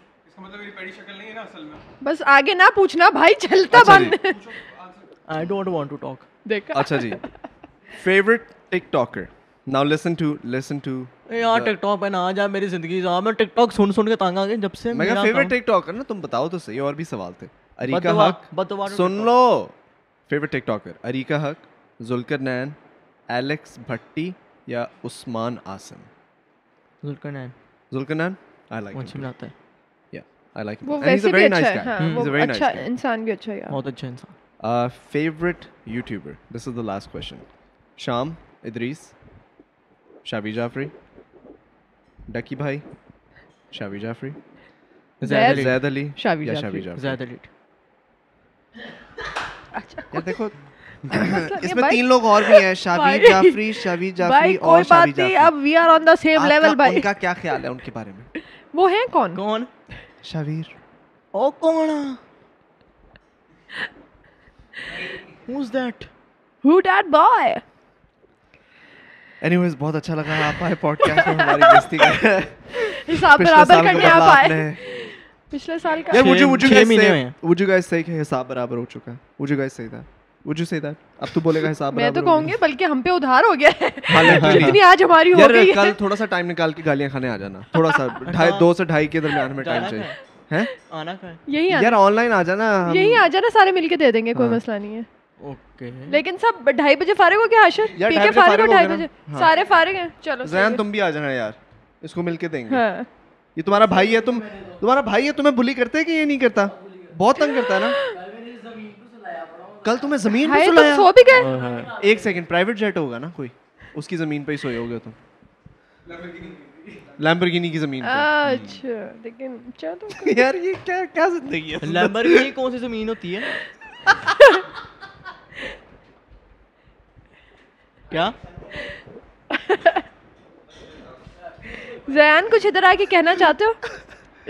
Speaker 2: بس آگے نہ پوچھنا بھائی چلتا بند
Speaker 5: آئی ڈونٹ وانٹ ٹو ٹاک
Speaker 2: دیکھا
Speaker 1: اچھا جی favourite TikToker now listen to listen to
Speaker 5: یار ٹک ٹاک پہ نہ آ جا میری زندگی سے میں ٹک ٹاک سن سن کے تنگ آ گیا جب سے
Speaker 1: میں کہا فیوریٹ ٹک ٹاکر نا تم بتاؤ تو صحیح اور بھی سوال تھے اریکا
Speaker 5: بدعا- بدعا
Speaker 1: حق
Speaker 5: ٹک
Speaker 1: سن
Speaker 5: ٹاک۔
Speaker 1: Love favourite TikToker Areeka Haq ذوالکر نین ایلیکس بھٹی یا عثمان عاصم
Speaker 5: ذوالقرنین
Speaker 1: ذوالکر نین آئی لائک
Speaker 5: وہ اچھا ملاتا ہے
Speaker 1: yeah i like him
Speaker 2: وہ
Speaker 1: And he's
Speaker 2: ویسے
Speaker 1: a
Speaker 2: بھی
Speaker 1: very
Speaker 2: اچھا
Speaker 1: nice
Speaker 2: ہے
Speaker 1: guy
Speaker 2: ہاں
Speaker 1: Hmm, he's a
Speaker 2: وہ
Speaker 1: very nice
Speaker 2: اچھا
Speaker 1: guy
Speaker 2: انسان بھی اچھا ہے یار
Speaker 5: بہت اچھا انسان
Speaker 1: uh favorite youtuber this is the last question sham idris shavi jafri ducky bhai shavi jafri
Speaker 2: Zaid-
Speaker 1: zaid ali
Speaker 2: Shavi
Speaker 1: یا
Speaker 2: Jafri.
Speaker 1: shavi jafri
Speaker 5: زیادہ لیٹ
Speaker 1: یار دیکھو اس میں تین لوگ اور بھی ہیں شاوی جعفری شاوی جعفری
Speaker 2: بھائی
Speaker 1: اور
Speaker 2: کوئی
Speaker 1: شاوی
Speaker 2: بات نہیں
Speaker 1: جعفری
Speaker 2: اب we are on the same level
Speaker 1: ان
Speaker 2: بھائی
Speaker 1: کا کیا خیال ہے ان کے بارے میں
Speaker 2: وہ ہیں کون
Speaker 5: کون
Speaker 1: شاویر
Speaker 5: او کون ہوز دیٹ
Speaker 2: ہو ڈیٹ بوائے
Speaker 1: اینی ویز بہت اچھا لگا آپ آئے پوڈ کاسٹ میں ہماری بستی کا
Speaker 2: حساب برابر کرنے آپ آئے پچھلے سال کا
Speaker 1: یار would you
Speaker 5: چھ-
Speaker 1: would you
Speaker 5: چھ
Speaker 1: guys
Speaker 5: مہینے
Speaker 1: say
Speaker 5: ہوئے ہیں۔
Speaker 1: would you guys say کہ حساب برابر ہو چکا ہے would you guys say that would you say that اب تو بولے گا حساب برابر
Speaker 2: میں تو
Speaker 1: ہو
Speaker 2: کہوں گے بلکہ ہم پہ ادھار ہو گیا ہے
Speaker 1: گیا۔ ہاں literally۔
Speaker 2: اتنی آج ہماری ہو
Speaker 1: یار
Speaker 2: گئی
Speaker 1: کل تھوڑا سا ٹائم نکال کے گالیاں کھانے آ جانا تھوڑا سا ڈھائی دو سے ڈھائی کے درمیان میں ٹائم
Speaker 5: جانا
Speaker 1: چاہیے ہیں
Speaker 5: آنا کا ہے
Speaker 2: یہی
Speaker 1: یار آن لائن آ جانا ہم-
Speaker 2: یہی آ جانا سارے مل کے دے دیں گے کوئی مسئلہ نہیں ہے
Speaker 5: اوکے
Speaker 2: لیکن سب ڈھائی بجے فارغ ہو گیا حاشر
Speaker 1: یار
Speaker 2: پی کے فارغ ہو
Speaker 1: ڈھائی بجے فارغ ہو
Speaker 2: ڈھائی
Speaker 1: گئے
Speaker 2: بجے
Speaker 1: نا؟ ہاں۔
Speaker 2: سارے فارغ ہیں چلو
Speaker 1: زیان تم بھی آ جانا یار اس کو مل کے دیں گے
Speaker 2: ہاں
Speaker 1: یہ تمہارا بھائی ہے تم تمہارا بھائی ہے تمہیں بلی کرتے کہ یہ نہیں کرتا بہت تنگ کرتا ہے نا کل تمہیں زمین پہ
Speaker 2: بھائی تم
Speaker 1: سلایا
Speaker 2: ہاں، سو بھی گئے
Speaker 1: ایک سیکنڈ پرائیویٹ جیٹ ہوگا نا کوئی اس کی زمین پہ ہی سوئے ہوگے تم لیمبرگینی کی زمین پہ
Speaker 2: اچھا لیکن چلو
Speaker 1: یار یہ کیا کیا زندگی ہے
Speaker 5: لیمبرگینی کون سی زمین ہوتی ہے کیا
Speaker 2: زیان کچھ ادھر آ کے کہنا چاہتے ہو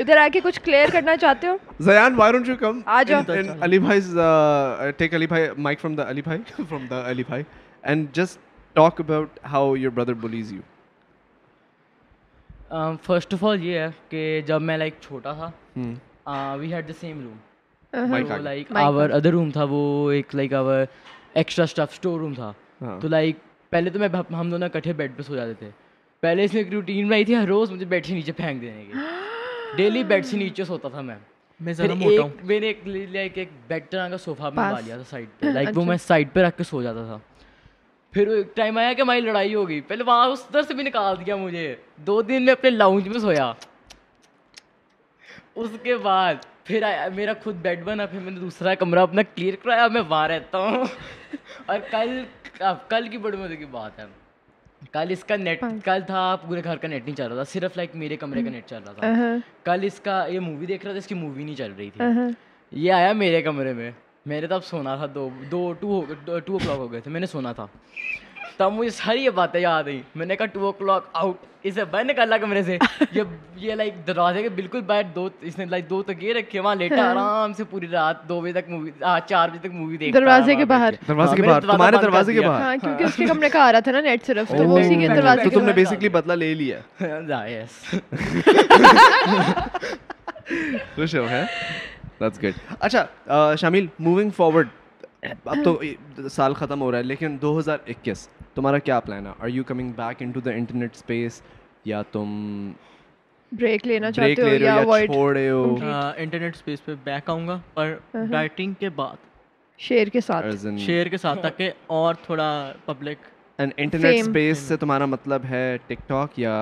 Speaker 2: ادھر آ کے کچھ کلیئر کرنا چاہتے ہو
Speaker 1: Ziyan why don't you come
Speaker 2: آ جاؤ۔
Speaker 1: and- and Ali بھائی's uh, take علی بھائی mic from the علی بھائی from the علی بھائی and just talk about how your brother bullies you
Speaker 5: Um,
Speaker 6: first of all یہ ہے کہ جب میں لائک چھوٹا تھا
Speaker 5: uh,
Speaker 6: we had the same room
Speaker 1: mic آگے
Speaker 6: لائک آور ادر روم تھا وہ ایک like our extra staff store room تھا تو لائک پہلے تو میں ہم دونوں اکٹھے بیڈ پہ سو جاتے تھے پہلے اس نے ایک روٹین بنائی تھی ہر روز مجھے بیڈ سے نیچے پھینک دینے کی ڈیلی بیڈ سے نیچے سوتا تھا میں
Speaker 5: میں
Speaker 6: پھر
Speaker 5: ذرا موٹا ہوں
Speaker 6: ایک- میں نے ایک لائک ایک بیڈ طرح کا صوفہ منگوا لیا تھا سائڈ پہ لائک وہ میں سائڈ پہ رکھ کے سو جاتا تھا پھر ایک ٹائم آیا کہ ہماری لڑائی ہو گئی پہلے وہاں اس در سے بھی نکال دیا مجھے دو دن میں اپنے لاؤنج میں سویا اس کے بعد پھر آیا- میرا خود بیڈ بنا پھر میں نے دوسرا کمرہ اپنا کلیئر کرایا اب میں وہاں رہتا ہوں اور کل اب کل کی بڑی مزے کی بات ہے کل اس کا
Speaker 2: ہاں۔
Speaker 6: نیٹ کل تھا پورے گھر کا نیٹ نہیں چل رہا تھا صرف لائک میرے کمرے کا نیٹ چل رہا تھا کل اس کا یہ مووی دیکھ رہا تھا اس کی مووی نہیں چل رہی تھی یہ آیا میرے کمرے میں میں نے تب سونا تھا دو دو ٹو ٹو او کلاک ہو گئے تھے میں نے سونا تھا تب مجھے ساری یہ باتیں یاد آئی میں نے کہا ٹو او کلاک آؤٹ اسے بند کر لا کمرے سے یہ یہ لائک دروازے کے بالکل باہر دو اس نے لائک دو تکیے رکھے وہاں
Speaker 2: ہاں۔
Speaker 6: لیٹا آرام سے پوری رات دو بجے تک مووی چار بجے تک مووی دیکھ
Speaker 2: دروازے کے باہر
Speaker 1: دروازے کے
Speaker 6: ہاں،
Speaker 1: باہر تمہارے دروازے کے باہر
Speaker 2: ہاں کیونکہ اس کے کمرے کا آ رہا تھا نا نیٹ صرف تو وہ اسی کے
Speaker 1: تو
Speaker 2: دروازے
Speaker 1: تم نے بیسکلی بدلہ لے لیا
Speaker 6: ہاں، باہر
Speaker 1: خوش ہو ہے دیٹس گڈ اچھا شامل موونگ فارورڈ اب تو
Speaker 2: ہاں۔
Speaker 1: سال ختم ہو رہا ہے لیکن دو ہزار اکیس تمہارا کیا پلان ہے are you coming back in to the internet space یا تم
Speaker 2: بریک لینا
Speaker 1: بریک
Speaker 2: چاہتے ہو
Speaker 1: لے رہے
Speaker 2: یا
Speaker 1: ہو یا
Speaker 2: اوائڈ
Speaker 1: چھوڑ رہے ہو
Speaker 5: انٹرنیٹ اسپیس پہ بیک آؤں گا پر ڈائٹنگ کے بعد
Speaker 2: شیئر کے ساتھ
Speaker 5: شیئر کے ساتھ تاکہ اور تھوڑا پبلک
Speaker 1: انٹرنیٹ اسپیس سے تمہارا مطلب ہے ٹک ٹاک یا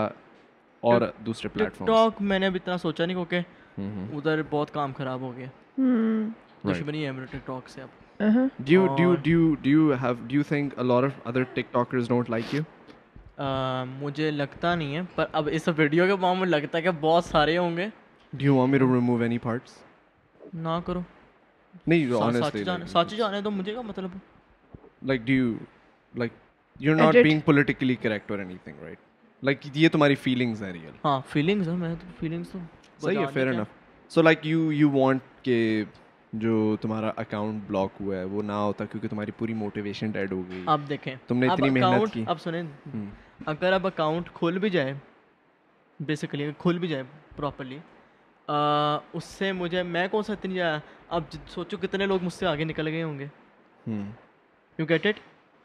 Speaker 1: اور دوسرے
Speaker 5: ٹک
Speaker 1: پلیٹ
Speaker 5: ٹاک میں نے اب اتنا سوچا نہیں کیونکہ ادھر بہت کام خراب ہو گیا دشمنی ہے میرے ٹک ٹاک سے اب
Speaker 1: فارم
Speaker 5: آ، مجھے لگتا نہیں ہے پر اب اس ویڈیو کے معاملے میں لگتا ہے کہ بہت سارے ہوں گے نہ کرو سچ جانے سچ جانے تو مجھے کیا مطلب
Speaker 1: یہ تمہاری فیلنگس ہیں ریئل
Speaker 5: ہاں فیلنگس ہیں میں تو فیلنگس تو
Speaker 1: صحیح ہے
Speaker 5: بجانے
Speaker 1: فیئر
Speaker 5: کیا۔
Speaker 1: So like you you want کہ جو تمہارا اکاؤنٹ بلاک ہوا ہے وہ نہ ہوتا کیونکہ تمہاری پوری موٹیویشن ڈیڈ ہو گئی
Speaker 5: آپ دیکھیں
Speaker 1: تم نے
Speaker 5: اب
Speaker 1: اتنی محنت
Speaker 5: account-
Speaker 1: کی
Speaker 5: اب سنیں
Speaker 1: Hmm,
Speaker 5: اگر اب اکاؤنٹ کھل بھی جائے بیسیکلی کھل بھی جائے پراپرلی اس سے مجھے میں کون سا اتنی زیادہ- اب ج- سوچو کتنے لوگ مجھ سے آگے نکل گئے ہوں گے
Speaker 1: hmm,
Speaker 5: یو گیٹ اٹ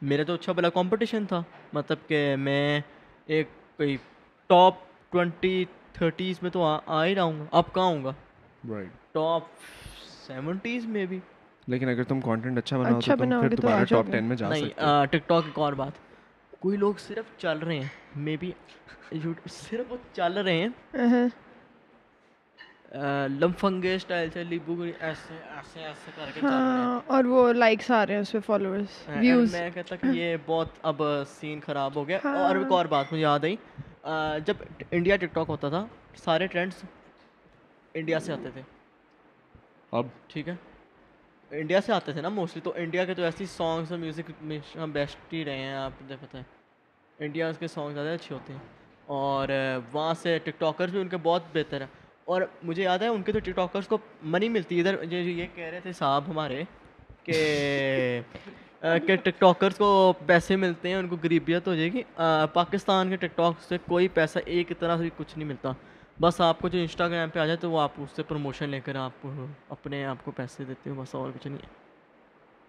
Speaker 5: میرا تو اچھا بھلا کمپٹیشن تھا مطلب کہ میں ایک کوئی ٹاپ ٹوینٹی تھرٹیز میں تو آ آ ہی رہا ہوں گا اب کہاں ہوں گا ٹاپ سیونٹیز میں بھی
Speaker 1: لیکن اگر تم کانٹینٹ اچھا بناؤ تو تم پھر دوبارہ ٹاپ ٹین میں جا
Speaker 5: نہیں
Speaker 1: سکتے
Speaker 5: ٹک ٹاک ایک اور بات کوئی لوگ صرف چل رہے ہیں مے بی صرف وہ چل رہے ہیں لمفنگے اسٹائل سے لیبو گری ایسے ایسے ایسے کر کے چل رہے ہیں
Speaker 2: ہاں، اور وہ لائکس آ رہے ہیں اس پہ فالوورس
Speaker 5: And
Speaker 2: ویوز
Speaker 5: میں کہتا کہ یہ بہت اب سین خراب ہو گیا اور ایک اور بات مجھے یاد آئی آ، جب انڈیا ٹک ٹاک ہوتا تھا سارے ٹرینڈس انڈیا سے آتے تھے
Speaker 1: اب
Speaker 5: ٹھیک ہے انڈیا سے آتے تھے نا موسٹلی تو انڈیا کے تو ایسی سانگس اور میوزک ہمیشہ بیسٹ ہی رہے ہیں آپ نے پتہ ہے انڈیا کے سانگ زیادہ اچھے ہوتے ہیں اور وہاں سے ٹک ٹاکرز بھی ان کے بہت بہتر ہیں اور مجھے یاد ہے ان کے تو ٹک ٹاکرز کو منی ملتی ہے ادھر یہ یہ کہہ رہے تھے صاحب ہمارے کہ کہ ٹک ٹاکرز کو پیسے ملتے ہیں ان کو غریبیت ہو جائے گی پاکستان کے ٹک ٹاک سے کوئی پیسہ ایک طرح سے کچھ نہیں ملتا بس آپ کو جو انسٹاگرام پہ آ جائے تو وہ آپ اس سے پروموشن لے کر آپ اپنے آپ کو پیسے دیتے ہو بس اور کچھ نہیں ہے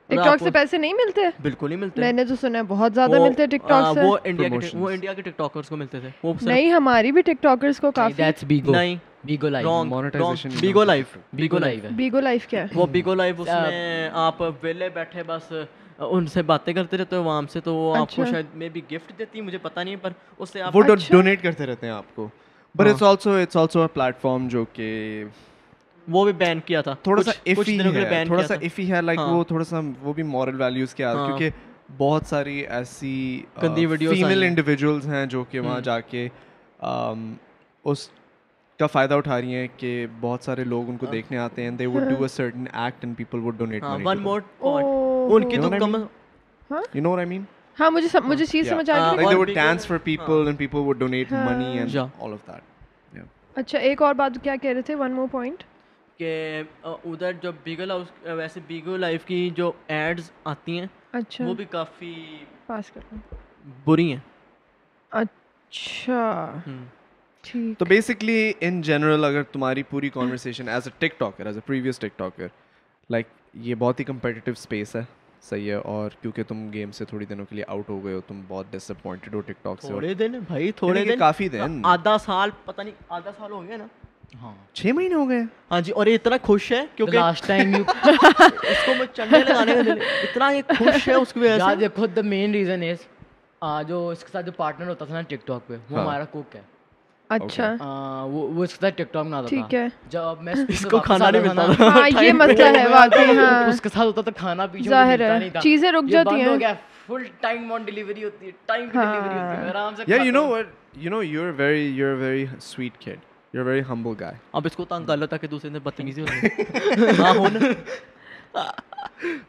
Speaker 2: ٹک ٹاک سے پیسے نہیں ملتے
Speaker 5: بالکل نہیں ملتے
Speaker 2: میں نے تو سنا ہے بہت زیادہ ملتے ٹک ٹاک سے
Speaker 5: وہ انڈیا کے وہ انڈیا کے ٹک ٹاکرز کو ملتے تھے وہ
Speaker 2: نہیں ہماری بھی ٹک ٹاکرز کو کافی
Speaker 6: دیٹس بیگو
Speaker 5: نہیں
Speaker 6: Bigo life
Speaker 1: Monetization is
Speaker 5: Bigo
Speaker 1: not-
Speaker 5: life
Speaker 6: Bigo life ہے
Speaker 2: بیگو لائف کیا ہے
Speaker 5: وہ بیگو لائف اس میں آپ ویلے بیٹھے بس
Speaker 1: uh,
Speaker 5: ان سے باتیں کرتے رہتے ہو وہاں سے تو وہ آپ کو شاید میں بھی گفٹ دیتی ہے مجھے پتہ نہیں پر اس سے آپ
Speaker 1: وہ ڈونیٹ کرتے رہتے ہیں آپ کو but it's also it's also a platform جو کہ
Speaker 5: وہ بھی بین کیا تھا
Speaker 1: تھوڑا سا
Speaker 5: کچھ
Speaker 1: ایفی
Speaker 5: دنوں کے لیے
Speaker 1: ہے
Speaker 5: بین
Speaker 1: تھوڑا
Speaker 5: کیا
Speaker 1: سا
Speaker 5: تھا
Speaker 1: ایفی ہے لائک
Speaker 5: ہاں۔
Speaker 1: وہ تھوڑا سا وہ بھی مورل ویلیوز کے
Speaker 5: ہاں۔
Speaker 1: آدھے کیونکہ بہت ساری ایسی
Speaker 5: گندی videos آئی
Speaker 1: فیمیل
Speaker 5: ہیں۔
Speaker 1: انڈیویجولز ہیں جو کہ وہاں جا کے um, اس کا فائدہ اٹھا رہی ہیں کہ بہت سارے لوگ ان کو دیکھنے آتے ہیں they would do a certain act and people would donate
Speaker 5: ہاں ون مور
Speaker 2: اوہ،
Speaker 5: ان کی تو کم
Speaker 1: یو نو آئی مین
Speaker 2: ہاں مجھے سم- مجھے چیز سمجھ آ
Speaker 5: ہاں،
Speaker 2: رہی ہے
Speaker 1: like they
Speaker 5: اور
Speaker 1: would
Speaker 5: bigger-
Speaker 1: dance for people and people would donate money and
Speaker 5: ہاں۔ Yeah.
Speaker 1: all of that
Speaker 2: اچھا ایک اور بات کیا کہہ رہے تھے ون مور پوائنٹ
Speaker 5: کہ
Speaker 1: uh,
Speaker 5: ادھر جو بیگل ہاؤس ویسے بیگو لائف کی جو ایڈز آتی ہیں
Speaker 2: اچھا
Speaker 5: وہ بھی کافی
Speaker 2: پاس کر لیں
Speaker 5: بری ہیں
Speaker 2: اچھا ٹھیک
Speaker 1: تو بیسکلی ان جنرل اگر تمہاری پوری conversation as a TikToker as a previous TikToker like یہ بہت ہی کمپیٹیٹیو اسپیس ہے صحیح ہے اور کیونکہ تم گیم سے تھوڑی دنوں کے لیے آؤٹ ہو گئے ہو تم بہت ڈس اپوائنٹڈ ہو ٹک ٹاک سے اور-
Speaker 5: تھوڑے دن بھائی
Speaker 1: یعنی
Speaker 5: تھوڑے
Speaker 1: کہ
Speaker 5: دن
Speaker 1: کافی دن
Speaker 5: آدھا سال پتہ نہیں آدھا سال ہو گیا نا
Speaker 1: چھ مہینے ہو گئے
Speaker 5: ہاں جی اور یہ اتنا خوش ہے کیونکہ
Speaker 6: لاسٹ ٹائم یو
Speaker 5: اس کو میں چنڈے لگانے کا دل اتنا یہ خوش ہے اس کی وجہ
Speaker 6: یاد
Speaker 5: سے
Speaker 6: دیکھو دا مین ریزن از جو اس کے ساتھ جو پارٹنر ہوتا تھا نا ٹک ٹاک پہ وہ ہمارا کوک ہے
Speaker 2: اچھا
Speaker 6: ہاں، وہ وہ اس کے ساتھ ٹک ٹاک نہ آتا
Speaker 2: ٹھیک ہے
Speaker 6: جب میں
Speaker 5: اس کو کھانا نہیں ملتا تھا
Speaker 2: ہاں یہ مسئلہ ہے واقعی ہاں
Speaker 6: اس کے ساتھ ہوتا تھا کھانا پیچھے
Speaker 2: ظاہر ہے چیزیں رک جاتی ہیں ہاں۔
Speaker 6: فل ٹائم آن ڈیلیوری ہوتی ہے ٹائم کی ڈیلیوری ہوتی ہے آرام سے
Speaker 1: یار you know you know you are very you are very sweet kid you are very humble guy
Speaker 5: اب اس کو تنگ کر لو تاکہ دوسرے نے بدتمیزی ہو جائے ہاں ہو نا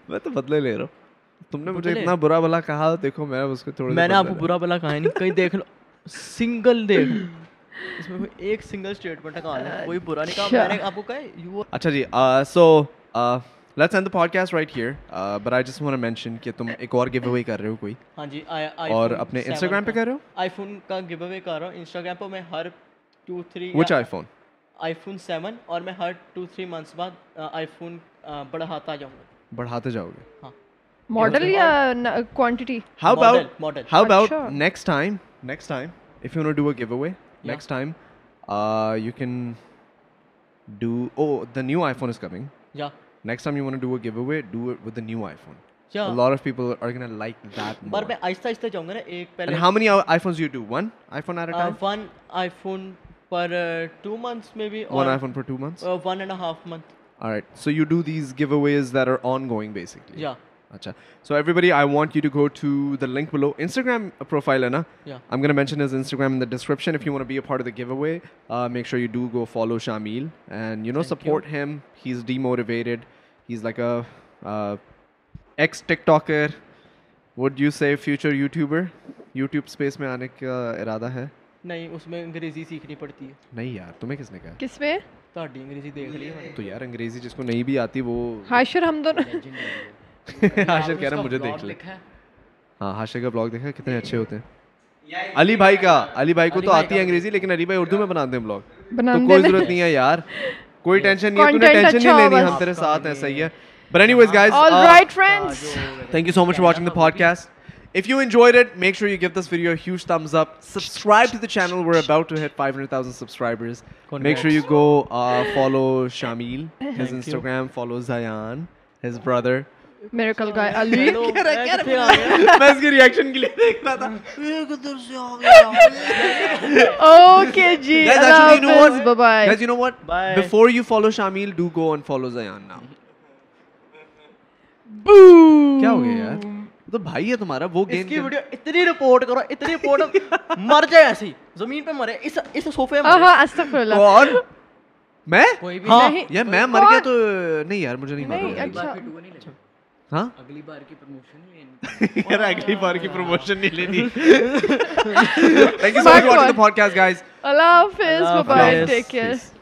Speaker 1: میں تو بدلے لے رہا ہوں تم نے مجھے اتنا برا بھلا کہا دیکھو میں اس کو تھوڑا
Speaker 5: میں نے آپ کو برا بلا کہا نہیں کہیں دیکھ لو سنگل دیکھ اس میں کوئی ایک سنگل اسٹیٹمنٹ کا کوئی برا نہیں کہا میں نے آپ کو کہا یو
Speaker 1: اچھا جی so let's end the podcast right here but I just want mention کہ تم ایک اور گیو اوے کر رہے ہو کوئی
Speaker 5: ہاں جی
Speaker 1: اور اپنے انسٹاگرام پہ کر رہے ہو
Speaker 5: آئی فون کا گیو اوے کر رہا ہوں انسٹاگرام پہ میں ہر two three
Speaker 1: which iPhone
Speaker 5: iPhone seven اور میں ہر ٹو تھری منتھس بعد آئی فون بڑھاتا جاؤں گا
Speaker 1: بڑھاتے جاؤ گے
Speaker 2: ماڈل یا quantity
Speaker 1: how about
Speaker 5: model
Speaker 1: how about
Speaker 2: Acha.
Speaker 1: Next time next time if you know do a giveaway next time you can do oh the new I phone is coming
Speaker 5: یا
Speaker 1: next time you want do a giveaway do it with the new iPhone
Speaker 5: یا
Speaker 1: A lot of people are going to like that more.
Speaker 5: پر میں آہستہ آہستہ جاؤں گا نا ایک
Speaker 1: And
Speaker 5: پہلے
Speaker 1: how many iPhones you do? One iPhone
Speaker 5: Uh,
Speaker 1: at a time?
Speaker 5: One iPhone پر ٹو منتھس میں بھی
Speaker 1: One iPhone for two months?
Speaker 5: One and half month
Speaker 1: All right. So you do these giveaways that are ongoing basically.
Speaker 5: یا
Speaker 1: Acha. So everybody, I want you to go to the link below. Instagram profile, Anna.
Speaker 5: Yeah.
Speaker 1: I'm gonna mention his Instagram in the description. If you want to be a part of the giveaway, uh, make sure you do go follow Shamil and you know support him. He's demotivated. He's like a uh, ex TikToker. Would you say future YouTuber? YouTube space में आने का इरादा है?
Speaker 5: نہیں اس میں انگریزی سیکھنی پڑتی ہے
Speaker 1: नहीं यार तुम्हें किसने कहा?
Speaker 2: کس میں
Speaker 5: تہاڈی انگریزی دیکھ لی ہے
Speaker 1: تو यार अंग्रेजी जिसको नहीं भी आती वो
Speaker 2: حاشر ہم دونوں
Speaker 1: हाशिर कह रहा है मुझे देख ले ہاں ہاشے کا بلاگ دیکھا کتنے اچھے ہوتے ہیں علی بھائی کا علی بھائی کو تو آتی ہے انگریزی لیکن علی بھائی اردو میں بناتے ہیں بلاگ
Speaker 2: بنا
Speaker 1: تو کوئی ضرورت نہیں ہے یار کوئی ٹینشن نہیں ہے ٹینشن نہیں لینی ہم تیرے ساتھ ہیں صحیح ہے but anyways guys
Speaker 2: all right friends
Speaker 1: thank you so much for watching the podcast if you enjoyed it make sure you give this video huge thumbs up subscribe to the channel we're about to hit 500000 subscribers make sure you go follow Shamil his Instagram follow Zayan his brother
Speaker 2: miracle guy Ali
Speaker 1: میں اس کی reaction کے لیے دیکھ رہا تھا
Speaker 2: okay جی
Speaker 1: Guys, actually, you know what?
Speaker 2: Bye bye
Speaker 1: Guys, you know what?
Speaker 5: Bye.
Speaker 1: Before you follow Shamil, do go and follow Zayan now. کیا ہو گیا یار تو بھائی ہے تمہارا وہ
Speaker 5: اس
Speaker 1: گیم
Speaker 5: کی ویڈیو اتنی رپورٹ کرو اتنی رپورٹ مر جائے ایسی زمین پہ مرے اس اس صوفے میں
Speaker 2: آہا استغفر اللہ
Speaker 1: اور میں
Speaker 6: کوئی بھی
Speaker 5: ہاں
Speaker 2: نہیں
Speaker 1: یار میں مر گیا تو نہیں یار مجھے نہیں
Speaker 2: نہیں
Speaker 1: معلوم
Speaker 2: اچھا
Speaker 1: ہاں
Speaker 6: اگلی بار کی پروموشن
Speaker 1: یار اگلی بار کی پروموشن نہیں لینی
Speaker 2: Mark one.
Speaker 1: Podcast guys
Speaker 2: Allah حافظ
Speaker 5: اللہ
Speaker 2: بائے
Speaker 5: حافظ.
Speaker 2: Take care